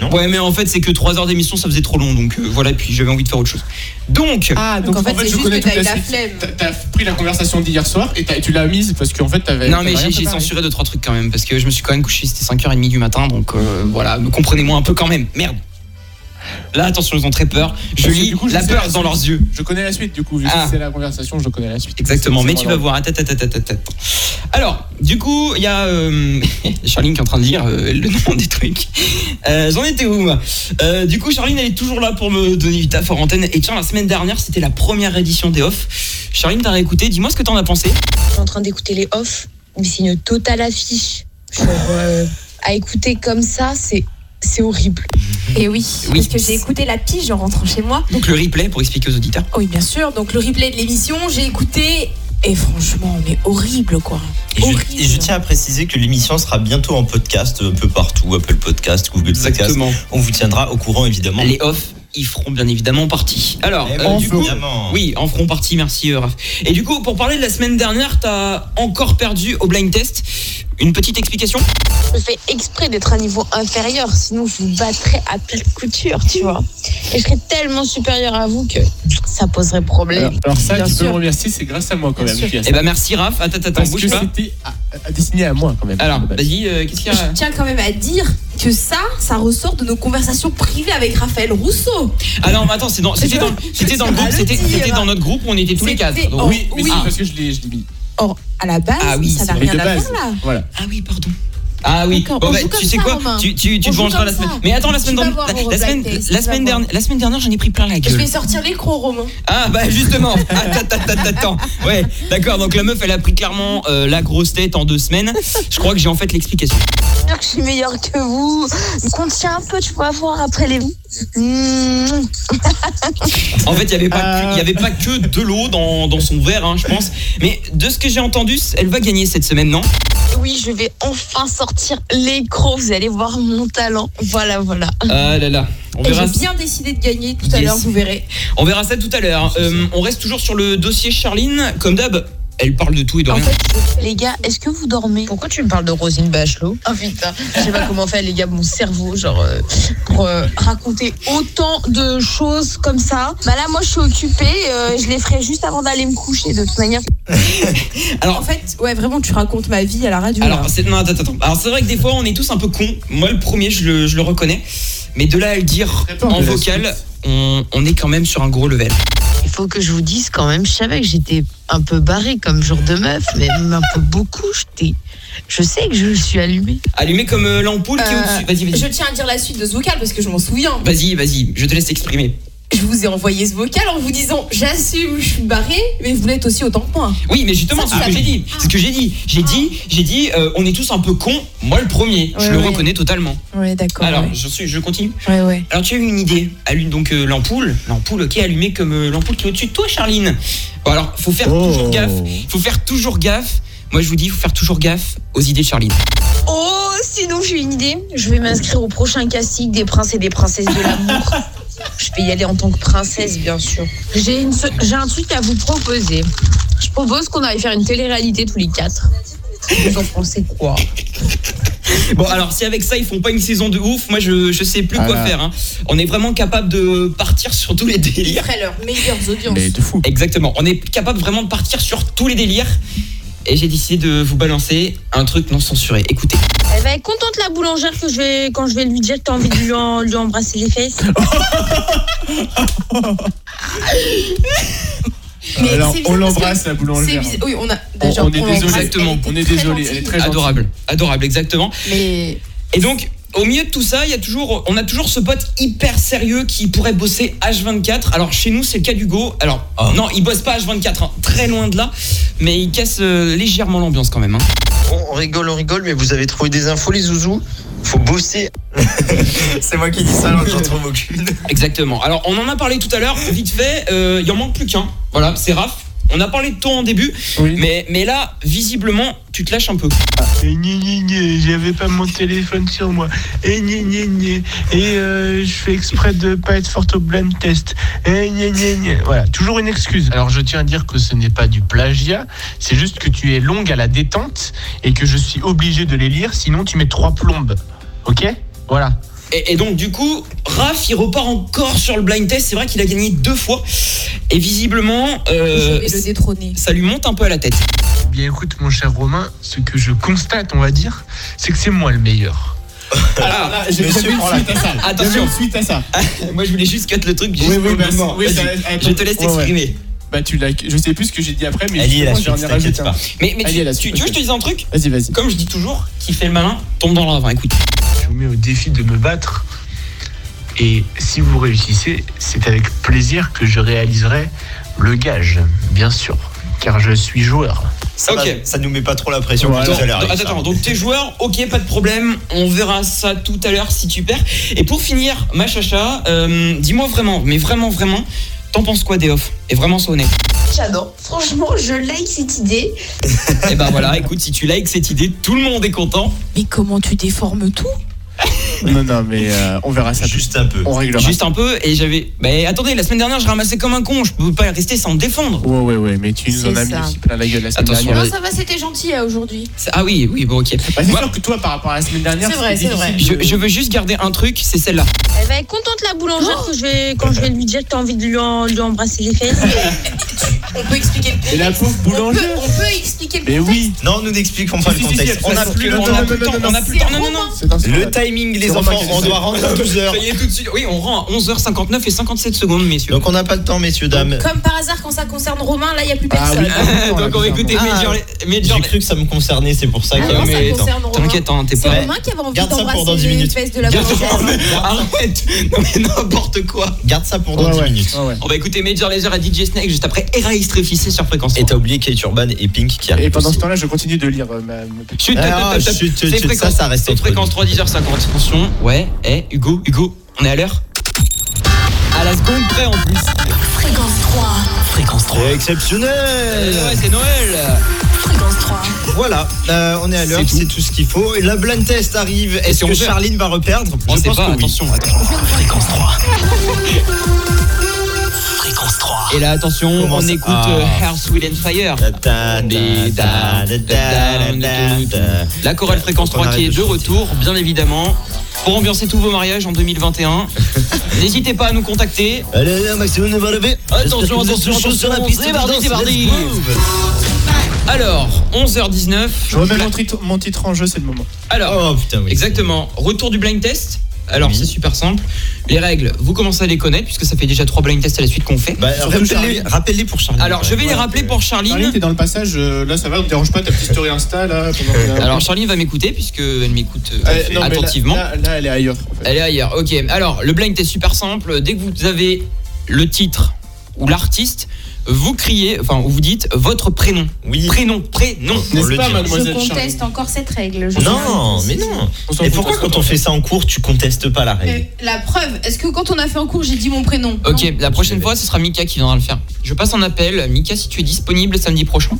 S1: Non.
S3: Ouais, mais en fait, c'est que 3 heures d'émission, ça faisait trop long, donc euh, voilà. Puis j'avais envie de faire autre chose. Donc,
S5: ah
S2: Donc en fait, c'est
S5: je
S2: juste
S5: connais
S2: que
S5: toute
S2: t'as eu la
S5: suite.
S2: flemme.
S5: T'as- T'as pris la conversation d'hier soir et t'as- tu l'as mise parce qu'en fait t'avais
S3: Non
S5: t'avais
S3: mais
S5: rien
S3: j'ai j'ai
S5: préparé.
S3: censuré deux trois trucs quand même parce que je me suis quand même couché c'était 5h30 du matin donc euh, voilà me comprenez-moi un peu quand même merde là attention ils ont très peur je
S5: Parce que
S3: lis
S5: du coup, je
S3: la
S5: sais
S3: peur
S5: la
S3: dans
S5: suite.
S3: leurs yeux
S5: Je connais la suite du coup, vu que
S3: Ah.
S5: c'est la conversation, je connais la suite.
S3: exactement
S5: C'est-
S3: mais
S5: c'est
S3: tu
S5: moi,
S3: vas voir attends, attends, attends, attends, attends. alors du coup il y a euh, Charline qui est en train de lire euh, le nom des trucs Euh, j'en étais où moi Euh, du coup Charline elle est toujours là pour me donner du taf hors antenne et tiens la semaine dernière c'était la première édition des off Charline t'as réécouté dis-moi ce que t'en as pensé
S8: Je suis en train d'écouter les off, mais c'est une totale affiche. Genre, euh, à écouter comme ça, c'est c'est horrible.
S2: Et oui,
S3: Oui.
S2: parce que j'ai écouté la pige en rentrant chez moi.
S3: donc le replay pour expliquer aux auditeurs
S2: Oui, bien sûr. Donc le replay de l'émission, j'ai écouté. Et franchement, mais horrible quoi.
S1: Et je,
S2: horrible.
S1: et je tiens à préciser que l'émission sera bientôt en podcast un peu partout, Apple Podcast, Google Podcast. On vous tiendra au courant évidemment.
S3: Ah, Les off, ils feront bien évidemment partie. Alors,
S1: Eh
S3: euh,
S1: ben,
S3: du coup,
S1: évidemment.
S3: oui, en feront partie, merci euh, Raph. Et du coup, pour parler de la semaine dernière, t'as encore perdu au blind test. Une petite explication
S8: Je fais exprès d'être à un niveau inférieur, sinon je vous battrais à pile de couture, tu vois. Et je serais tellement supérieure à vous que ça poserait problème.
S5: Alors, alors ça,
S2: Bien
S5: tu peux
S2: sûr.
S5: me remercier, c'est grâce à moi quand
S2: Bien
S5: même.
S2: sûr.
S5: Pierre.
S3: Eh ben merci Raph, attends, attends,
S5: Parce
S3: bouge
S5: que
S3: pas.
S5: c'était à- à- destiné à moi quand même.
S3: Alors,
S2: Bah,
S3: vas-y, euh, qu'est-ce qu'il y
S2: Je
S3: a
S2: tiens quand même à dire que ça, ça ressort de nos conversations privées avec Raphaël Rousseau.
S3: Ah non, mais attends, c'est dans- c'était
S2: Je-
S3: dans, c'était dans le
S2: je
S3: groupe,
S2: le
S3: c'était
S2: dis,
S3: c'était
S2: Eva.
S3: dans notre groupe où on était tous les
S2: C'était
S3: quatre. donc-
S2: en-
S5: oui, mais
S2: oui.
S5: c'est parce que je l'ai je l'ai mis.
S2: Or, à la base,
S3: Ah oui,
S2: ça n'a
S5: Oui,
S2: rien
S5: de
S2: à
S5: base.
S2: faire là.
S5: Voilà.
S3: Ah oui, pardon. Ah oui,
S2: D'accord, on joue
S3: tu
S2: comme
S3: sais
S2: ça,
S3: quoi
S2: Romain.
S3: Tu, tu, tu
S2: On
S3: te
S2: joue
S3: vengeras
S2: comme
S3: la semaine.
S2: ça.
S3: Mais attends, la semaine,
S2: Tu vas
S3: dans-
S2: voir
S3: la,
S2: au
S3: la semaine,
S2: Blind Taste,
S3: la
S2: tu
S3: semaine
S2: vas voir.
S3: dernière, la semaine dernière, j'en ai pris plein la gueule.
S2: Je vais sortir les crocs, Romain.
S3: Ah bah justement, attends, attends, attends, attends. Ouais, d'accord, donc la meuf elle a pris clairement euh, la grosse tête en deux semaines. Je crois que j'ai en fait l'explication.
S8: Je suis sûre que je suis meilleure que vous. Contiens un peu, tu vas voir après les. Mmh.
S3: En fait, il n'y avait, pas que- il y avait pas que de l'eau dans, dans son verre, hein, je pense. Mais de ce que j'ai entendu, elle va gagner cette semaine, non
S8: Oui, je vais enfin sortir les crocs. Vous allez voir mon talent. Voilà, voilà.
S3: Ah là là, on
S2: Et j'ai
S3: verra,
S2: bien décidé de gagner tout à
S3: Yes.
S2: l'heure, vous verrez.
S3: on verra ça tout à l'heure. Euh, on reste toujours sur le dossier Charline. Comme d'hab, elle parle de tout et de
S8: En
S3: rien.
S8: fait, les gars, est-ce que vous dormez Pourquoi tu me parles de Rosine Bachelot Oh putain, je sais pas comment faire, les gars, mon cerveau, genre, euh, pour euh, raconter autant de choses comme ça. Bah là, moi, je suis occupée, euh, je les ferai juste avant d'aller me coucher, de toute manière.
S3: Alors-
S2: en fait, ouais, vraiment, tu racontes ma vie à la radio. là.
S3: Alors, c'est, non, attends, attends. Alors, c'est vrai que des fois, on est tous un peu cons. Moi, le premier, je le, je le reconnais. Mais de là à le dire
S5: Attends,
S3: en
S5: de la
S3: vocal,
S5: suite.
S3: on, on est quand même sur un gros level.
S8: Il faut que je vous dise quand même, je savais que j'étais un peu barrée comme genre de meuf, mais même un peu beaucoup, j'étais. Je sais que je suis allumée.
S3: Allumé comme euh, l'ampoule qui est au-dessus. Vas-y, vas-y.
S2: Je tiens à dire la suite de ce vocal parce que je m'en souviens.
S3: Vas-y, vas-y, je te laisse t'exprimer.
S2: Je vous ai envoyé ce vocal en vous disant j'assume, je suis barré, mais vous l'êtes aussi autant que moi.
S3: Oui, mais justement,
S2: Ça,
S3: c'est
S2: tu
S3: ce
S2: l'as
S3: que
S2: Ah.
S3: j'ai dit. C'est ce que j'ai dit. J'ai dit, j'ai dit, euh, on est tous un peu cons. Moi, le premier, je
S2: Ouais,
S3: le
S2: ouais.
S3: reconnais totalement.
S2: Ouais, d'accord.
S3: Alors, je suis, je continue.
S2: ouais, ouais.
S3: Alors, tu as eu une idée. Allume donc euh, l'ampoule. L'ampoule, ok, allumée comme euh, l'ampoule qui est au-dessus de toi, Charline. Bon, alors, faut faire
S5: Oh.
S3: toujours gaffe. Faut faire toujours gaffe. Moi, je vous dis, faut faire toujours gaffe aux idées de Charline.
S8: Oh, sinon j'ai une idée. Je vais m'inscrire au prochain casting des princes et des princesses de l'amour. Je vais y aller en tant que princesse, bien sûr. J'ai une se- j'ai un truc à vous proposer. Je propose qu'on aille faire une télé-réalité tous les quatre. Vous en pensez quoi
S3: Bon, alors, si avec ça, ils font pas une saison de ouf, moi, je, je sais plus
S5: Ah
S3: quoi
S5: là.
S3: faire. hein. On est vraiment capable de partir sur tous les
S2: Ils
S3: délires.
S2: feraient leurs meilleures audiences.
S5: Mais de fou.
S3: Exactement. On est capable vraiment de partir sur tous les délires. Et j'ai décidé de vous balancer un truc non censuré. Écoutez.
S8: Eh va être contente la boulangère que je vais, quand je vais lui dire que t'as envie de lui, en- lui embrasser les fesses.
S2: Mais
S5: Alors,
S2: c'est
S5: on
S2: bizarre parce
S5: l'embrasse,
S2: que
S5: la boulangère.
S2: c'est bizarre- Oui, on a
S5: On-
S2: déjà
S5: on est
S2: l'embrasse,
S5: désolé.
S2: elle
S3: Exactement.
S2: était
S5: On est
S2: très
S5: désolé,
S2: gentille.
S5: elle est très gentille.
S3: Adorable, adorable, exactement.
S2: Mais
S3: Et donc, au milieu de tout ça, il y a toujours, on a toujours ce pote hyper sérieux qui pourrait bosser H24. Alors chez nous, c'est le cas d'Hugo. Alors non, il bosse pas H24, hein, très loin de là, mais il casse euh, légèrement l'ambiance quand même. hein.
S1: On rigole, on rigole, mais vous avez trouvé des infos, les zouzous Faut bosser. c'est moi qui dis ça, alors que j'en trouve aucune.
S3: Exactement. Alors on en a parlé tout à l'heure, vite fait. euh, Il en manque plus qu'un. Voilà, c'est Raph. On a parlé de toi en début,
S5: Oui.
S3: mais mais là, visiblement, tu te lâches un peu.
S10: Et gni, gni, gni, j'avais pas mon téléphone sur moi. Et gni, gni, gni. Et euh, je fais exprès de pas être fort au blind test. Et gni, gni, gni. Voilà, toujours une excuse. Alors je tiens à dire que ce n'est pas du plagiat, c'est juste que tu es longue à la détente et que je suis obligé de les lire, sinon tu mets trois plombes. Ok Voilà.
S3: Et, et donc du coup, Raph, il repart encore sur le blind test. C'est vrai qu'il a gagné deux fois, et visiblement, euh,
S2: je vais le détrôner.
S3: ça lui monte un peu à la tête.
S10: Bien écoute, mon cher Romain, ce que je constate, on va dire, c'est que c'est moi le meilleur.
S3: Alors,
S5: Ah, j'ai
S1: Monsieur,
S5: j'ai une suite à ça.
S3: attention.
S5: J'ai une suite à ça.
S3: Moi, je voulais juste cut le truc.
S5: Oui,
S3: jusqu'au
S5: oui,
S3: bout.
S5: merci. Oui,
S3: Vas-y,
S5: ça- attends.
S3: je te laisse
S5: Ouais, ouais.
S3: t'exprimer.
S5: Bah, tu l'as. Je sais plus ce que j'ai dit après, mais
S1: Elle y est, la
S5: justement,
S1: suite,
S5: j'en ai rajouté
S1: t'inquiète
S5: un.
S1: pas.
S3: Mais, mais
S5: Allez,
S3: tu,
S5: la
S3: tu-
S5: suite,
S3: tu veux que
S5: ok.
S3: je te dise un truc
S5: Vas-y, vas-y.
S3: Comme je dis toujours, qui fait le malin tombe dans le ravin. Écoute.
S10: Je vous mets au défi de me battre. Et si vous réussissez, c'est avec plaisir que je réaliserai le gage, bien sûr, car je suis joueur.
S1: Ça,
S3: Ok.
S1: va, ça nous met pas trop la pression
S5: Ouais,
S1: pour
S5: alors,
S1: tout à l'heure.
S3: attends,
S1: Riff,
S3: attends,
S1: hein.
S3: donc t'es joueur, ok, pas de problème, on verra ça tout à l'heure si tu perds. Et pour finir, ma chacha, euh, dis-moi vraiment, mais vraiment, vraiment, t'en penses quoi des off Et vraiment, sois honnête.
S8: J'adore. Franchement, je like cette idée.
S3: Et bah voilà, écoute, si tu likes cette idée, tout le monde est content.
S2: Mais comment tu déformes tout
S5: Non, non, mais euh, on verra ça.
S1: Juste un peu.
S5: On réglera.
S3: Juste un peu, et j'avais. Bah attendez, la semaine dernière, je ramassais comme un con, je peux pas rester sans me défendre.
S5: Ouais, ouais, ouais, mais tu nous en
S2: C'est
S5: as mis
S2: ça.
S5: aussi plein la gueule la semaine
S3: Attention,
S5: dernière.
S3: vas-y.
S2: ça va, c'était gentil euh, aujourd'hui.
S3: C'est- Ah oui, oui, bon, ok.
S5: Bah, c'est
S3: Moi,
S5: sûr que toi, par rapport à la semaine dernière,
S2: C'est vrai,
S5: c'était
S2: c'est vrai.
S5: difficile
S3: je,
S5: de-
S3: je veux juste garder un truc, c'est celle-là.
S8: Elle va être Eh ben, contente la boulangère que je vais, quand je vais lui dire que t'as envie de lui, en- lui embrasser les fesses.
S2: On peut expliquer le contexte.
S5: Et la pauvre
S2: on, peut,
S5: boulangère.
S2: on peut expliquer le
S5: Mais
S2: contexte.
S5: oui.
S1: Non, nous n'expliquons pas le
S5: Si, si, si,
S1: contexte.
S5: si,
S1: on a
S5: parce
S1: plus
S5: que
S1: le
S5: on
S1: temps.
S5: a
S3: plus le temps, on a plus le temps. Non, non, non.
S5: C'est dans ce
S1: Le
S5: cas-là.
S1: timing, les
S5: C'est
S1: enfants,
S5: remarqué,
S1: on
S5: c'est
S1: doit rendre à 12h.
S3: Ça y est, tout de suite. Oui, on rend à 11h59 et 57 secondes, messieurs.
S1: Donc on n'a pas le temps, messieurs, dames.
S2: Comme par hasard, quand ça concerne Romain, là, il n'y a plus
S5: Ah
S2: personne.
S5: oui.
S3: Donc on va écouter
S1: Ah.
S3: Major, Major-
S1: J'ai cru que ça me concernait, c'est pour ça
S2: Ah
S1: que.
S2: non, ça
S3: mais
S2: concerne Romain.
S3: T'inquiète, hein, t'es
S2: C'est
S3: pas.
S2: Romain qui avait envie
S1: Garde ça pour dans dix
S2: d'embrasser les
S1: minutes.
S2: fesses de la
S3: Garde-
S2: boulangère.
S3: Arrête Non mais n'importe quoi
S1: Garde ça pour dans
S5: Ouais,
S1: 10
S5: ouais, Ah.
S1: minutes.
S5: ouais, ouais.
S3: On va écouter Major Laser à DJ Snake juste après Erase Tréfissé sur Fréquence
S1: Et
S3: 3.
S1: t'as oublié Kate Urban et Pink qui
S5: Et
S1: arrivent.
S5: pendant
S1: aussi.
S5: ce temps-là, je continue de lire euh, ma, ma petite.
S3: Chut,
S1: Ah,
S3: tap, tap, tap.
S1: chut, chut,
S3: C'est
S1: chut,
S3: Fréquence-
S1: ça, ça reste
S3: c'est
S1: entre
S3: Fréquence
S1: nous.
S3: 3, 10h50. Attention, ouais, eh, Hugo, Hugo, on est à l'heure À la seconde près en plus
S9: Fréquence 3.
S3: Fréquence
S1: Exceptionnel
S3: Ouais, c'est Noël
S9: Fréquence 3.
S1: Voilà, euh, on est à l'heure,
S3: C'est tout.
S1: c'est tout ce qu'il faut. Et la blind test arrive.
S3: Et si
S1: Est-ce
S3: on
S1: que
S3: perd
S1: Charline va reperdre
S3: On
S1: Je
S3: sait
S1: pense
S3: pas,
S1: que oui.
S3: attention, attention
S9: Fréquence 3. Fréquence 3.
S3: Et là, attention,
S1: Comment
S3: on
S1: ça-
S3: écoute
S1: Ah.
S3: euh, House, Will and Fire
S1: Ta- ta-
S3: Des
S1: ta- ta-
S3: dames,
S1: ta-
S3: des
S1: ta-
S3: dames,
S1: ta-
S3: La chorale Fréquence
S1: Faut qu'on
S3: 3 qui
S1: arrête
S3: est
S1: de
S3: de
S1: chanter.
S3: retour, bien évidemment, pour ambiancer tous vos mariages en 2021. N'hésitez pas à nous contacter.
S1: Allez, allez, Maxime, on va lever.
S3: Attention,
S1: J'espère que vous êtes
S3: attention,
S1: tous chauds sur la
S3: attention,
S1: piste.
S3: c'est parti,
S1: Danse,
S3: c'est parti.
S1: let's move.
S3: Alors, 11h19.
S5: Je remets mon, titre- mon titre en jeu, c'est le moment.
S3: Alors,
S1: Oh putain, oui.
S3: exactement, retour du blind test. Alors,
S1: Oui.
S3: c'est super simple. Les règles, vous commencez à les connaître puisque ça fait déjà trois blind tests à la suite qu'on fait.
S1: Bah,
S5: Surtout
S1: rappelle-les,
S5: Charline.
S1: rappelle-les pour Charline.
S3: Alors, je vais les rappeler pour
S5: Charline,
S3: Charline.
S5: t'es dans le passage, euh, là ça va, ne dérange pas ta petite story Insta là. pendant que-
S3: Alors, Charline va m'écouter puisqu'elle m'écoute euh,
S5: Euh, non, mais là-
S3: attentivement.
S5: Là, là, elle est ailleurs. en fait.
S3: Elle est ailleurs, ok. Alors, le blind est super simple. Dès que vous avez le titre ou l'artiste, vous criez, enfin, vous dites votre prénom.
S1: Oui.
S3: Prénom, prénom.
S1: On
S5: N'est-ce
S1: le
S5: pas,
S1: dit.
S2: Je
S5: mademoiselle Charline
S2: conteste encore cette règle. je-
S1: Non, mais non.
S5: On s'en
S1: Et
S5: fout,
S1: pourquoi
S5: on s'en
S1: quand on
S5: fout.
S1: fait ça en cours, tu contestes pas la règle
S2: Mais la preuve, est-ce que quand on a fait en cours, j'ai dit mon prénom
S3: Ok,
S2: Non.
S3: la prochaine fois, ce sera Mika qui viendra le faire. Je passe un appel. Mika, si tu es disponible samedi prochain.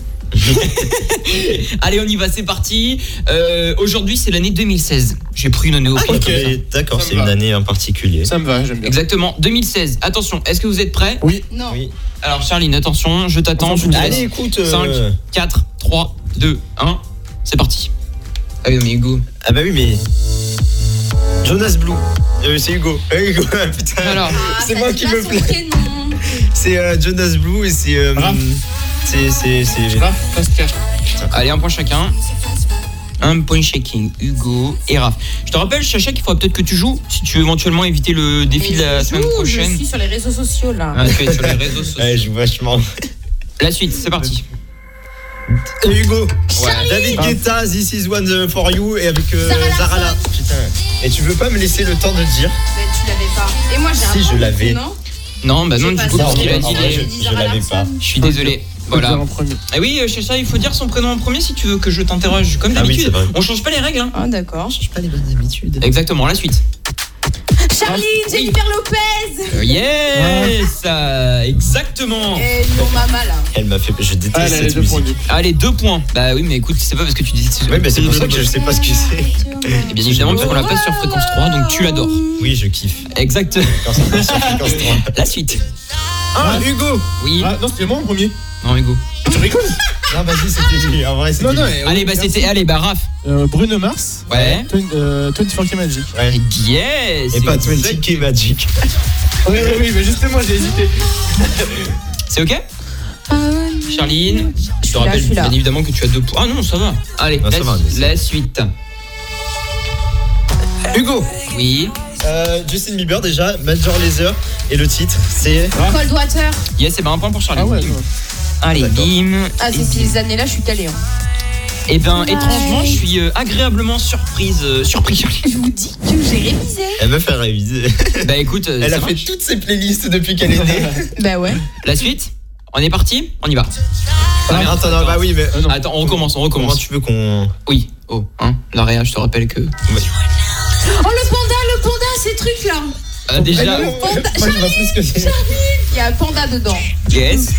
S3: Allez, on y va, c'est parti. Euh, Aujourd'hui, c'est l'année 2016. J'ai pris une année au pif.
S1: Ah, Ok, D'accord,
S5: Ça me
S1: c'est une
S5: va.
S1: année en particulier.
S5: Ça me va, j'aime bien.
S3: Exactement, 2016. Attention, est-ce que vous êtes prêts
S2: Non.
S1: Oui.
S3: Alors, Charline, attention, je t'attends.
S5: On s'en
S3: je te laisse.
S1: Allez, écoute. euh,
S3: Cinq. 4, 3, 2, 1, c'est parti. Ah oui, non, mais Hugo.
S1: Ah bah oui, mais. Jonas Blue. Euh, c'est Hugo. Euh, Hugo, putain.
S3: Alors,
S2: Ah,
S1: C'est
S2: ça
S1: moi
S2: dit
S1: qui
S2: pas
S1: me
S2: son
S1: plains.
S2: prénom.
S1: C'est euh, Jonas Blue et c'est. euh,
S5: Raph.
S1: c'est. C'est. c'est-
S5: Raph, passe cash.
S3: allez, un point chacun. Un point shaking, Hugo et Raph. Je te rappelle, Chacha, qu'il faudra peut-être que tu joues si tu veux éventuellement éviter le défi de la semaine
S2: Je
S3: prochaine.
S2: suis sur les réseaux sociaux là.
S3: Ah, tu es sur les réseaux sociaux.
S1: Ouais, je joue vachement.
S3: La suite, c'est parti.
S1: Et Hugo,
S3: Charlie.
S1: David Guetta, This is one for you et avec euh,
S2: Sarah
S1: Zara là.
S2: Larson.
S1: Putain. Et tu veux pas me laisser le temps de dire
S2: Mais tu l'avais pas. Et moi j'ai un
S1: Si, je
S2: point,
S1: l'avais.
S2: Non,
S3: Non, bah non,
S2: J'ai
S3: du
S2: pas
S3: coup,
S2: ça.
S3: parce qu'il a
S2: Non,
S3: dit
S2: en
S3: les-
S2: vrai, j'ai dit
S1: je
S2: euh, Zara
S1: l'avais pas.
S2: Larsson.
S3: Je suis désolé. Voilà. Et oui, euh, Chacha, il faut dire son prénom en premier si tu veux que je t'interroge. Comme
S1: Ah oui,
S3: d'habitude,
S1: c'est vrai.
S3: on change pas les règles. Hein.
S2: Ah d'accord.
S1: Je pas les bonnes habitudes.
S3: Exactement, la suite.
S2: Charline, Jennifer Lopez
S3: Euh, Yes euh, Exactement
S2: et Lyon Eh, Mama là.
S1: Elle m'a fait. Je déteste
S5: Ah, là, les
S1: cette
S5: deux points
S1: musique.
S5: du
S3: Allez, deux points. Bah oui, mais écoute, c'est pas parce que tu dis.
S1: Oui, bah, c'est pour ça que je sais pas ce que c'est.
S3: Et bien évidemment, parce qu'on la passe sur fréquence 3, donc tu l'adores.
S1: Oui, je kiffe.
S3: Exact.
S1: Quand ça passe sur fréquence 3.
S3: La suite.
S5: Ah,
S1: Hugo
S3: Oui.
S5: Ah, non, c'était moi en premier.
S3: Non, Hugo.
S5: Tu rigoles
S1: Non, vas-y, c'était lui. En vrai, c'était
S5: Non, non,
S1: lui.
S5: eh,
S3: Eh Allez, bah
S5: merci.
S3: c'était. Allez, bah Raph.
S5: Euh, Bruno Mars.
S3: Ouais.
S5: Twen- euh, 24K Magic.
S1: Ouais.
S3: Yes
S1: Et pas
S3: exact.
S1: 20K Magic.
S5: Oui, oui, oui, mais justement, j'ai hésité.
S3: C'est ok
S2: Ah
S3: Charline, je te
S2: là, je
S3: rappelle
S2: suis là.
S3: bien évidemment que tu as deux points. Ah non, ça va. Allez, la,
S1: Non, ça va, mais c'est-
S3: la suite.
S1: Hugo
S3: Oui.
S1: euh, Justin Bieber, déjà, Major Laser. Et le titre, c'est.
S2: Cold Water.
S3: Yes, et ben un point pour Charline.
S5: Ah ouais,
S3: Bim.
S5: non.
S3: Allez,
S1: D'accord.
S3: bim.
S2: Ah c'est Ah, ces années là je suis calée. hein.
S3: Et ben étrangement, je suis euh, agréablement surprise. euh, surpris, Charline.
S2: Je vous dis que j'ai révisé.
S1: Elle m'a fait réviser.
S3: Bah écoute, euh,
S1: Elle
S3: ça
S1: a
S3: va.
S1: fait toutes ses playlists depuis qu'elle est née.
S2: Bah ouais.
S3: la suite. On est parti On y va.
S1: Ah,
S3: merde,
S1: attends, non,
S3: attends.
S1: bah oui, mais.
S5: Ah, non.
S3: Attends, on recommence, on
S1: Comment
S3: recommence.
S1: tu veux qu'on.
S3: Oui. Oh, hein, la réa, je te rappelle que.
S2: Oh le panda, le panda, ces trucs là.
S3: Euh, déjà,
S1: Eh non, moi, je vois plus ce que c'est.
S2: Il y a un panda dedans.
S3: yes.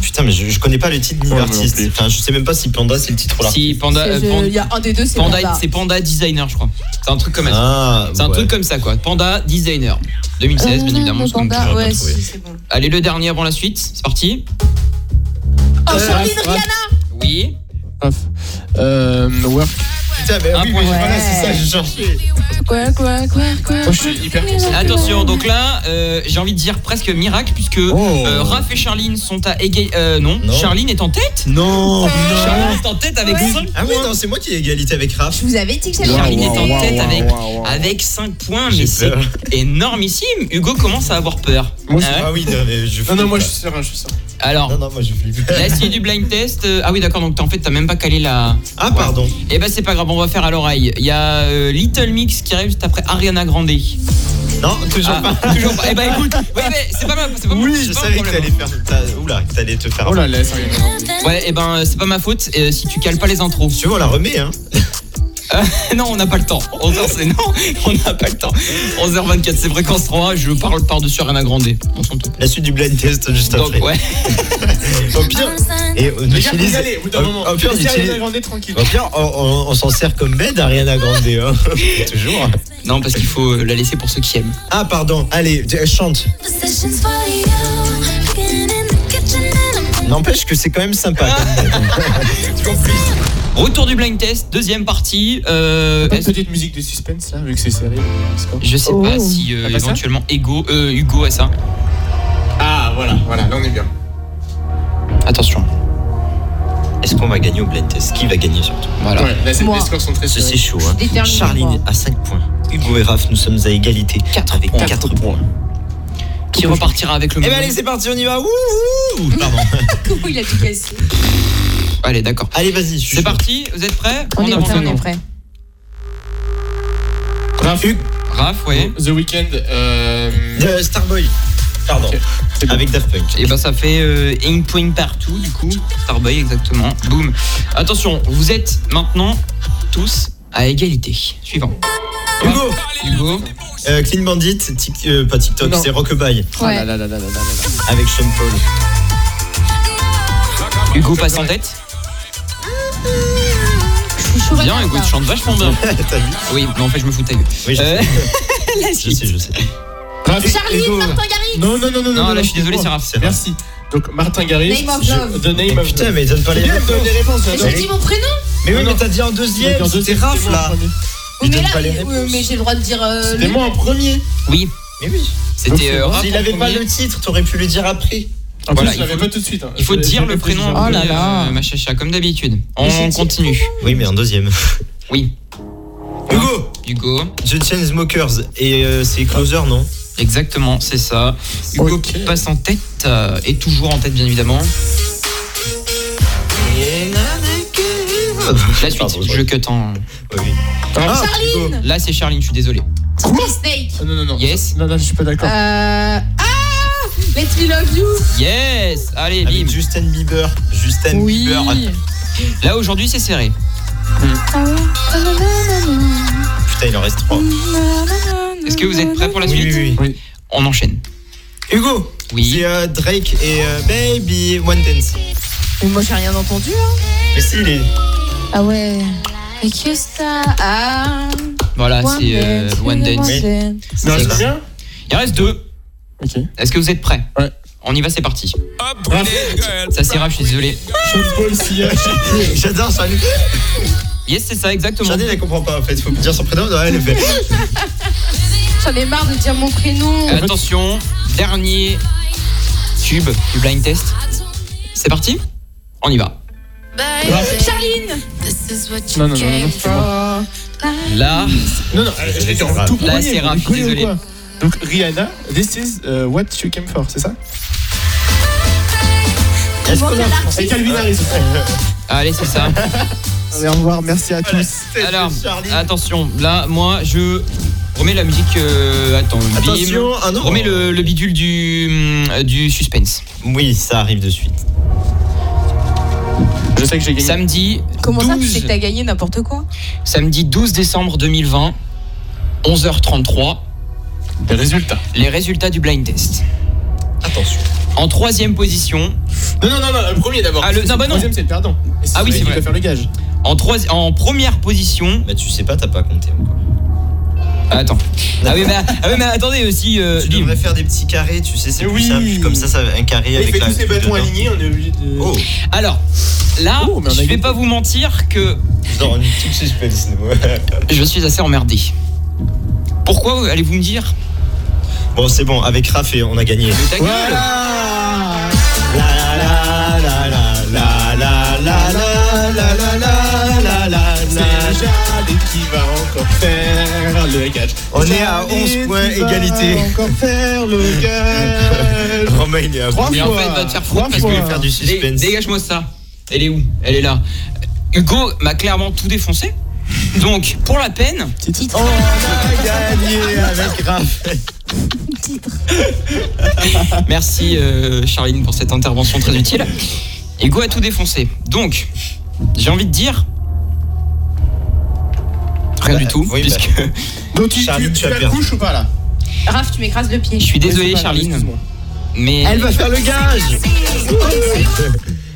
S1: Putain, mais je, je connais pas le titre ni
S5: Ouais,
S1: l'artiste.
S5: moi non plus.
S1: Enfin, je sais même pas si Panda c'est le titre ou l'artiste.
S3: Si Panda,
S2: C'est-
S3: euh,
S2: je-
S3: Pan-
S2: Il y a un des deux c'est
S3: Panda,
S2: panda.
S3: c'est Panda Designer, je crois. C'est un truc comme ça.
S1: Ah,
S3: C'est un
S1: ouais.
S3: truc comme ça, quoi. Panda Designer. 2016, bien évidemment.
S2: Le
S3: parce que donc,
S2: Euh, panda,
S1: j'aurais pas
S2: ouais,
S1: trouvé.
S2: si, c'est bon.
S3: Allez, le dernier avant la suite. C'est parti.
S2: Oh Charline,
S5: Raph,
S2: Rihanna.
S3: Oui.
S5: Raph. Euh, Work.
S1: Putain, mais
S3: Un
S1: oui,
S3: point.
S1: mais voilà,
S2: Ouais.
S1: c'est ça, j'ai cherché.
S2: Quoi, quoi, quoi, quoi.
S5: Moi, Oh, je suis hyper concentré.
S3: Attention, donc là, euh, j'ai envie de dire presque miracle, puisque
S1: Oh.
S3: euh, Raph et Charline sont à égalité. non.
S1: Non. Ah.
S3: Charline est en tête
S1: Non,
S3: Charline est en tête avec 5
S1: Ah oui, non, c'est moi qui ai égalité avec Raph.
S2: Je vous avais dit que j'allais.
S3: Wow. Charline
S5: Waouh,
S3: est en
S5: waouh, waouh,
S3: tête
S5: waouh,
S3: avec-
S5: waouh, waouh.
S3: Avec 5 points,
S1: J'ai
S3: mais c'est
S1: peur.
S3: énormissime. Hugo commence à avoir peur.
S5: Moi, je-
S3: Ah ouais
S1: Ah oui, non, mais je
S5: Non, non,
S1: flippe,
S5: moi, je
S1: là.
S5: suis serein, je suis serein.
S3: Alors,
S1: Non, non, moi je flippe.
S3: la suite du blind test. euh, ah oui, d'accord, donc t'as- en fait, t'as même pas calé la.
S1: Ah, pardon.
S3: Eh ben, c'est pas grave, on va faire à l'oreille. Il y a euh, Little Mix qui arrive juste après Ariana Grande.
S1: Non, toujours
S3: Ah,
S1: pas.
S3: toujours pas. Eh ben, écoute, ouais, mais c'est pas mal. c'est pas
S1: Oui,
S3: c'est
S1: je
S3: pas un
S1: savais que
S3: problème.
S1: t'allais faire. t'as- Oula, que t'allais te faire.
S5: Oh là là, sérieux.
S3: Ouais, eh ben, euh, c'est pas ma faute euh, si tu cales pas les intros.
S1: Tu vois, on la remet, hein.
S3: Euh, non, on n'a pas le temps. 11h, c'est non, on n'a pas le temps. 11h24, c'est fréquence 3. Je parle par-dessus Ariana Grande. On s'en touche.
S1: La suite du blind test juste
S3: Donc,
S1: après.
S3: ouais.
S1: Au pire, et on
S5: Les gars, vous
S1: utilise.
S5: y allez, au bout d'un
S1: Au-
S5: moment.
S1: au pire, on
S5: Laissez
S1: utilise-
S5: Ariana Grande tranquille.
S1: Au pire, on, on- on s'en sert comme bed Ariana Grande, hein. Toujours.
S3: Non, parce qu'il faut euh, la laisser pour ceux qui aiment.
S1: Ah, pardon. Allez, tu- chante. N'empêche que c'est quand même sympa.
S3: Retour du blind test, deuxième partie. Euh,
S5: Pas de
S3: est-ce-
S5: petite musique de suspense, là, vu que c'est serré. c'est pas-
S3: je sais pas
S8: Oh.
S3: si euh,
S5: T'as Ah, pas ça
S3: éventuellement Ego, euh, Hugo a ça.
S5: Ah, voilà, voilà, là, on est bien.
S3: Attention.
S1: Est-ce qu'on va gagner au blind test Qui va gagner surtout
S3: Voilà.
S5: Ouais, là, c'est-
S2: Moi.
S5: les scores sont très
S1: C'est
S5: serrés.
S1: c'est chaud. Hein.
S2: déterminée,
S1: Charline
S2: moi.
S1: à 5 points. Hugo et Raph, nous sommes à égalité.
S3: Quatre
S1: avec
S3: points.
S1: 4 points.
S3: Qui repartira avec le
S1: Eh ben
S3: même-
S1: allez, c'est parti, on y va. Ouh, ouh. Pardon.
S2: Comment il a tout cassé
S3: Allez, d'accord.
S1: allez, vas-y. je suis
S3: C'est
S1: chaud.
S3: parti, vous êtes prêts
S2: On est
S3: avance
S2: prêt, on
S3: maintenant.
S2: est prêt.
S5: Raph,
S3: Raph, ouais.
S5: The Weeknd, euh...
S1: Euh, Starboy. Pardon.
S5: Ok, c'est bon.
S1: Avec Daft Punk.
S3: Et bah ça fait euh, un point partout du coup. Starboy exactement. Boum. Attention, vous êtes maintenant tous à égalité. Suivant.
S1: Hugo.
S3: Hugo.
S1: Euh, Clean Bandit, tic- euh, pas TikTok,
S5: Non.
S1: c'est Rockabye
S5: Ah là là là là là là là là.
S1: avec Sean Paul.
S3: Hugo passe en tête.
S2: Je suis chaud.
S3: Bien, Hugo, tu chantes vachement bien.
S1: T'as vu
S3: Oui, mais en fait je me fous de ta gueule.
S1: Oui, je,
S3: Euh, la
S1: je
S3: suite.
S1: sais, je sais.
S5: Raph,
S2: Charline,
S5: Hugo.
S2: Martin Garrix.
S5: Non, non, non, non,
S3: Non,
S5: non,
S3: là, je suis désolé,
S5: c'est
S3: c'est
S5: moi.
S3: Raph.
S5: Merci. Donc, Martin Garrix.
S2: Name of
S5: je-
S2: Love.
S5: The Name
S1: Mais
S5: of
S1: Eh, putain,
S5: Love.
S1: mais donne pas les
S5: Bien,
S1: réponses.
S5: donne les réponses,
S2: Mais
S5: là,
S2: J'ai dit mon prénom.
S1: Mais oui,
S5: Non,
S1: mais
S5: non.
S1: t'as dit en
S5: Donc,
S1: deuxième,
S5: en
S1: c'était
S5: deuxième,
S1: Raph
S5: c'est moi en
S1: là.
S5: premier.
S3: Ah,
S1: Il
S2: mais
S1: donne
S2: là,
S1: pas les
S2: euh,
S1: réponses.
S2: mais j'ai le droit de dire. euh,
S5: C'était
S2: le-
S5: moi en premier.
S3: Oui,
S1: Mais oui.
S3: c'était euh, Raph.
S1: S'il
S3: en
S1: avait pas
S3: premier.
S1: le titre, t'aurais pu le dire après.
S5: En
S3: Voilà,
S5: plus, je
S3: il
S5: l'avais
S3: faut-
S5: pas tout de suite. hein.
S3: Il faut
S5: Je l'ai-
S3: dire
S5: je l'ai
S3: le
S5: pas
S3: prénom
S5: tout de
S3: en
S1: Oh
S5: suite. Ah,
S3: premier, euh, ma chacha, comme d'habitude.
S1: c'est
S3: On
S1: dit.
S3: continue.
S1: Oui, mais un deuxième.
S3: Oui,
S1: Hugo
S3: Hugo.
S1: The Chainsmokers. Et euh, c'est Closer, non
S3: Exactement, c'est ça. Hugo
S5: Ok.
S3: passe en tête, euh, et toujours en tête, bien évidemment. La suite,
S1: Pardon,
S3: je
S1: ouais.
S3: cut en.
S1: Ouais, Ah, bah oui.
S3: Ah,
S2: Charline
S3: Là, c'est Charline, je suis désolé.
S2: Snake Snake
S5: Ah, Non, non, non.
S3: Yes,
S5: Non, non, je suis pas d'accord.
S2: Euh. Ah Let me love you
S3: yes, allez,
S1: Avec
S3: bim.
S1: Justin Bieber. Justin
S2: Oui
S1: Bieber. Ah,
S3: Là, aujourd'hui, c'est serré.
S1: Putain, il en reste trois.
S3: Est-ce que vous êtes prêts pour la suite
S5: Oui.
S3: On enchaîne.
S1: Hugo
S3: Oui.
S1: C'est euh, Drake et euh, Baby One Dance.
S2: Mais moi j'ai rien entendu
S1: Mais si, il est.
S2: hein. Ah ouais Make you star ah,
S3: Voilà, c'est euh,
S2: dance,
S3: One Dance.
S1: Mais-
S3: C'est
S5: Non,
S3: ça.
S5: c'est bien.
S3: Il en reste deux.
S5: Ok.
S3: Est-ce que vous êtes prêts
S5: Ouais.
S3: On y va, c'est parti.
S5: Raph,
S3: Ça c'est rap, je suis désolé.
S5: Sean Paul, Sia.
S1: J'adore Charlie.
S3: Yes, c'est ça, exactement. Euh,
S1: Charlie, elle comprend pas en fait. Faut me dire son prénom. Non, elle le fait.
S2: J'en ai marre de dire mon prénom
S3: Euh, Attention, dernier tube du blind test. C'est parti On y va.
S2: Charline
S5: Non, non, non, non, non, c'est moi.
S3: Là,
S5: Non, non, euh, je l'ai dit en
S1: Là,
S5: tout
S3: c'est
S5: premier. vous
S3: Raph,
S5: rigolez ou
S3: désolé.
S5: quoi Donc Rihanna, this is euh, what you came for, c'est ça
S1: Est-ce qu'on a-
S5: Et Calvin Harris.
S3: allez, c'est ça.
S5: Allez, au revoir, merci à tous.
S3: Alors, ah,
S1: Charlie.
S3: attention, là, moi, je remets la musique. euh, attends, bim.
S1: Attention, ah non.
S3: Remets le, le bidule du, hum, du suspense.
S1: Oui, ça arrive de suite.
S5: Je sais que j'ai gagné.
S3: Samedi,
S2: Comment ça tu
S3: 12.
S2: sais que t'as gagné n'importe quoi
S3: samedi 12 décembre 2020, 11h33,
S5: Les résultats.
S3: les résultats du blind test.
S1: Attention.
S3: En troisième position,
S5: Non, non, non, non, le premier d'abord.
S3: Ah, le- non, bah non.
S5: Le troisième, c'est le perdant. Et
S3: Ah oui,
S5: celui
S3: c'est
S5: qui
S3: vrai.
S5: va faire le gage.
S3: en, troisi- en première position,
S1: Bah, tu sais pas, t'as pas compté encore.
S3: Attends. Ah oui, mais, ah oui, mais attendez aussi. euh,
S1: Tu
S3: Lim.
S1: devrais faire des petits carrés, tu sais, c'est plus
S5: Oui.
S1: simple. Comme ça, ça un carré
S5: Il
S1: avec
S5: fait
S1: la.
S5: tous les bâtons alignés, hein. on est obligé de.
S1: Oh,
S3: Alors, là,
S5: Oh, mais on a
S3: je vais
S5: gagné.
S3: pas vous mentir que
S1: genre une petite suspense. nous.
S3: je suis assez emmerdé. Pourquoi allez-vous me dire
S1: bon, c'est bon, avec Raph, et on a gagné.
S3: Mais ta gueule.
S5: Voilà
S1: La la la la la la la la la la la la la la.
S5: C'est Jalil qui va encore faire le gage.
S1: On est à 11 points
S5: Jalil qui va
S1: égalité.
S5: encore faire le gage.
S1: Romain, il est à
S5: Trois
S1: bout.
S3: Mais en
S5: fois.
S3: fait, va te faire foutre
S5: Trois
S3: parce
S5: fois.
S1: Je vais faire du
S3: Dé-
S1: suspense.
S3: Dégage-moi ça. Elle est où Elle est là. Hugo m'a clairement tout défoncé. Donc, pour la peine,
S1: On a gagné avec Raph.
S3: merci euh, Charline pour cette intervention très utile. Hugo a tout défoncé. Donc, j'ai envie de dire. Rien
S1: Bah,
S3: du tout,
S1: oui, bah.
S3: puisque
S5: Donc tu,
S1: Charlie,
S5: tu,
S1: tu
S5: tu
S1: as
S5: la
S1: perdu.
S5: couches ou pas là
S2: Raph tu m'écrases le pied
S3: je suis désolé
S5: Ouais, c'est pas grave,
S3: Charline,
S5: excuse-moi.
S3: mais
S1: Elle va faire le gage.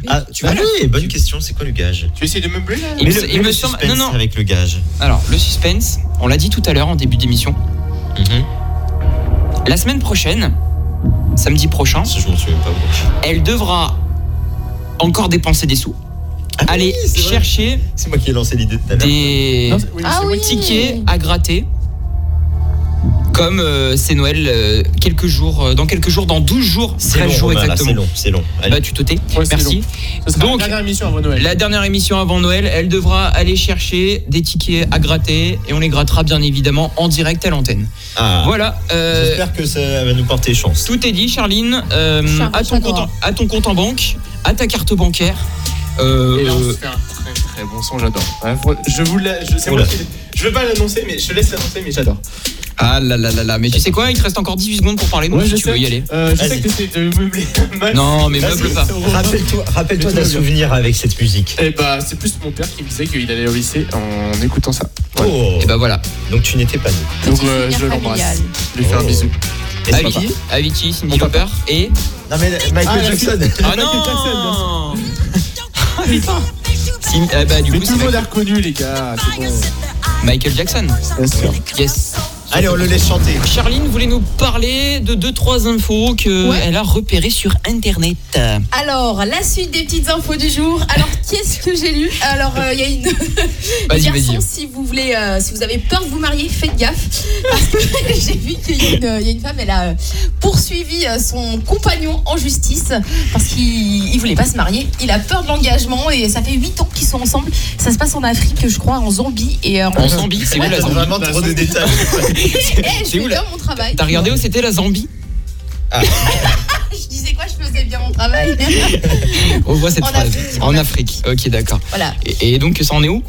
S1: Ah, tu
S3: vas
S1: vas oui, bonne question, c'est quoi le gage
S5: Tu essayes de meubler là
S3: il, me-
S1: Mais le-
S3: il
S1: mais
S3: me
S1: le
S3: semble. Non,
S1: suspense
S3: non,
S1: Avec le gage.
S3: Alors, le suspense, on l'a dit tout à l'heure en début d'émission.
S1: Mhm.
S3: La semaine prochaine, samedi prochain,
S1: Ça, je m'en souviens pas. moi.
S3: elle devra encore dépenser des sous.
S1: Ah
S3: Aller
S1: oui, c'est vrai.
S3: chercher
S1: C'est moi qui ai lancé l'idée tout à l'heure.
S3: des
S5: Non, c'est- oui,
S2: Ah
S5: c'est-
S2: oui
S3: tickets à gratter. Comme euh, c'est Noël euh, quelques jours, euh, dans quelques jours, dans 12 jours,
S1: C'est
S3: 13
S1: long,
S3: jours
S1: Romain, là, c'est
S3: exactement.
S1: long, c'est long.
S3: Bah,
S1: Allez,
S3: tu te tais.
S5: Ouais, c'est
S3: Merci.
S5: long. Ce sera
S3: Donc-
S5: la dernière émission avant Noël.
S3: La dernière émission avant Noël, elle devra aller chercher des tickets à gratter et on les grattera bien évidemment en direct à l'antenne.
S1: ah,
S3: Voilà. Bah, euh,
S1: j'espère que ça va nous porter chance.
S3: Tout est dit, Charline. Euh,
S2: Charles
S3: à, ton
S2: Chagrin.
S3: compte en, à ton compte en banque, à ta carte bancaire. Euh,
S5: Et là, on
S3: euh,
S5: se fait un très très bon son, j'adore. Ouais, faut- Je vous la, je, c'est
S1: Oula.
S5: moi qui l'ai- je veux pas l'annoncer, mais je te laisse l'annoncer, mais j'adore.
S3: ah là là là là, mais tu sais quoi, il te reste encore 18 secondes pour parler, donc si tu veux y aller.
S5: Euh, je
S1: Vas-y.
S5: sais que t'essayes de meubler. Max.
S3: Non, mais
S5: Vas-y,
S3: meuble pas.
S5: Soro.
S1: Rappelle-toi rappelle
S5: Mais
S1: d'un
S5: tout va bien.
S1: souvenir avec cette musique.
S5: Eh bah, c'est plus mon père qui me disait qu'il allait au lycée en écoutant ça. Ouais.
S1: Oh,
S3: Et bah voilà.
S1: donc tu n'étais pas nous.
S5: Donc,
S2: Petit
S5: euh,
S2: souvenir
S5: je l'embrasse.
S2: familial.
S5: Je lui fais un
S1: Oh.
S5: bisou.
S1: Et c'est pas-
S3: Avicii, Avicii, Cindy Lauper et.
S1: Non mais euh, Michael
S5: Ah,
S1: Jackson.
S3: Ah
S5: Jackson, bien
S3: non Ah, putain. Cin- ah bah, du
S5: Mais
S3: coup,
S5: tout
S3: c'est
S5: le monde
S2: Ah,
S3: Ma-
S5: a reconnu, les gars. C'est bon.
S3: Michael Jackson.
S5: Bien sûr.
S3: Yes.
S1: Allez, on le laisse chanter.
S3: Charline voulait nous parler de 2-3 infos qu'elle
S2: Ouais.
S3: a repérées sur Internet.
S2: Alors, la suite des petites infos du jour. Alors, qu'est-ce que j'ai lu Alors, euh, il y a une
S3: Vas-y,
S2: garçon.
S3: vas-y.
S2: Si vous voulez, euh, si vous avez peur de vous marier, faites gaffe parce que j'ai vu qu'il y, a une- euh, il y a une femme. Elle a euh, poursuivi euh, son compagnon en justice parce qu'il il voulait pas se marier. Il a peur de l'engagement et ça fait 8 ans qu'ils sont ensemble. Ça se passe en Afrique, je crois, en Zambie et euh,
S3: En Zambie, c'est où la
S1: T'as
S3: Zambie
S1: vraiment trop de détails.
S2: Eh, je
S3: c'est
S2: fais
S3: où, là
S2: bien mon travail.
S3: T'as regardé où c'était la Zambie
S2: Je disais quoi Je faisais bien mon travail.
S3: On voit cette
S2: En
S3: phrase.
S2: Afrique.
S3: En Afrique. Ok, d'accord.
S2: voilà.
S3: Et, et donc, ça en est où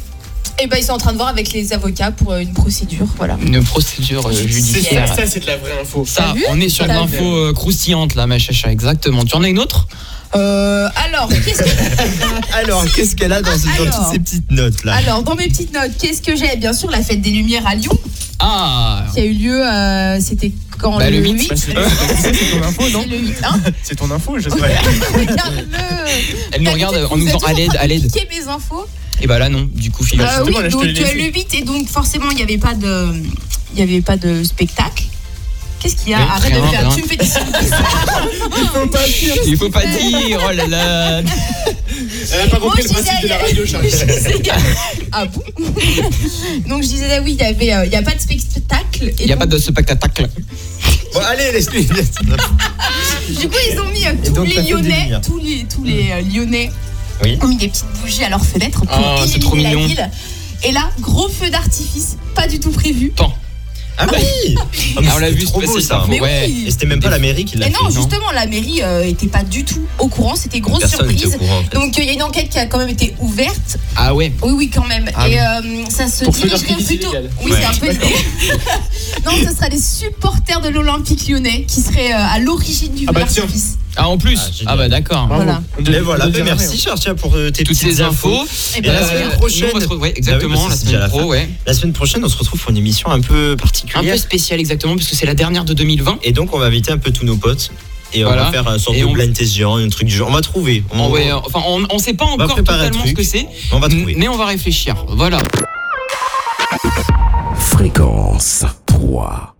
S2: Et ben, ils sont en train de voir avec les avocats pour euh, une procédure. Voilà.
S3: Une procédure euh,
S5: C'est ça,
S3: judiciaire.
S5: ça, c'est de la vraie info.
S3: Ça,
S2: T'as vu
S3: on est sur de
S2: T'as
S3: l'info euh, croustillante là, ma chacha, exactement. Tu en as une autre
S2: Euh, alors, qu'est-ce que
S1: Alors, qu'est-ce qu'elle a dans, ce- dans
S2: Alors.
S1: toutes ces petites notes là
S2: Alors, dans mes petites notes, qu'est-ce que j'ai Eh Bien sûr, la fête des Lumières à Lyon,
S3: Ah
S2: qui a eu lieu, euh, c'était quand
S3: Bah,
S2: le,
S3: le mythe.
S2: 8
S5: Bah, c'est c'est- c'est ton info, non
S2: C'est le 8, hein
S5: C'est ton info, je sais
S1: Ouais.
S2: Regarde-le
S3: Elle nous regarde en nous disant à l'aide, à l'aide.
S2: Qui mes infos
S3: Et bah là, non, du coup, file.
S5: Bah,
S2: Euh,
S5: justement,
S2: Oui,
S5: là, je te
S2: donc
S5: l'ai
S2: euh,
S5: laissé.
S2: le 8, et donc forcément, il n'y avait pas de... Il n'y avait pas de spectacle. Qu'est-ce qu'il y a
S3: Mais
S2: Arrête
S3: rien,
S2: de faire,
S3: rien.
S2: tu me fais des signes.
S3: Il faut pas dire, oh là là
S5: Elle a pas compris le
S2: Moi, Oh, je disais,
S5: principe
S2: il
S5: de la
S2: y a-
S5: radio, Charlie.
S2: Je disais- Ah bon Donc je disais, ah oui, il n'y avait, euh, il y a pas de spectacle. et
S3: Il n'y a
S2: donc,
S3: pas de spectacle.
S1: Bon, allez, laisse-lui.
S2: Du coup, ils ont mis euh,
S1: Et
S2: tous
S1: donc, la
S2: les
S1: fête des
S2: Lyonnais,
S1: Lumières.
S2: tous les, tous les euh, Lyonnais
S1: Oui.
S2: ont mis des petites bougies à leurs fenêtres pour
S3: Ah,
S2: illuminer
S3: c'est trop
S2: la
S3: mignon.
S2: ville. Et là, gros feu d'artifice, pas du tout prévu.
S1: Ah oui Ah, mais
S3: Ah, on l'a
S1: c'était
S3: vu,
S1: trop beau
S3: c'est
S1: ça.
S3: sympa.
S2: Mais
S3: Ouais.
S1: Et
S2: oui
S1: c'était même pas la mairie qui l'a
S2: Et
S1: fait.
S2: non,
S3: non
S2: justement, la mairie euh, était pas du tout au courant, c'était grosse
S1: Personne n'était
S2: surprise.
S1: au courant. en fait.
S2: Donc euh, il y a une enquête qui a quand même été ouverte.
S3: Ah ouais
S2: Oui, oui, quand même.
S3: Ah
S2: Et euh, ça se
S5: Pour feu
S2: dirigerait
S5: d'artifice
S2: plutôt.
S5: illégal.
S2: Oui,
S1: Ouais.
S2: c'est un peu l'idée. non, ce sera les supporters de l'Olympique lyonnais qui seraient euh, à l'origine du
S5: Ah
S2: feu
S5: bah tiens.
S2: d'artifice.
S3: Ah, en plus
S1: Ah, génial.
S3: Ah, bah d'accord.
S5: Bravo.
S2: Voilà.
S5: On devait-
S1: Mais voilà,
S5: on
S1: ben
S5: devait
S1: merci
S5: rien.
S1: Charles, tiens, pour euh, tes
S3: Toutes
S1: petites
S3: ces infos. Euh,
S2: Et
S1: Et
S2: ben,
S1: la
S2: voilà.
S1: semaine
S3: nous, on
S1: prochaine.
S3: retrouve- ouais,
S1: Bah oui,
S3: exactement, la
S1: parce que c'est déjà
S3: semaine
S1: la
S3: pro,
S1: fin.
S3: ouais.
S1: La semaine prochaine, on se retrouve pour une émission un peu
S3: Un
S1: particulière.
S3: peu spécial, exactement, puisque c'est la dernière de 2020.
S1: Et donc, on va inviter un peu tous nos potes. Et on
S3: Voilà.
S1: va faire un sorte
S3: Et
S1: de
S3: on-
S1: blind test géant, un truc du genre. On va trouver. On,
S3: On, ouais, enfin, on, on sait pas
S1: Mmh. va
S3: encore
S1: préparer un
S3: totalement ce
S1: truc.
S3: que c'est,
S1: on va trouver.
S3: mais on va réfléchir. Voilà.
S11: Fréquence 3.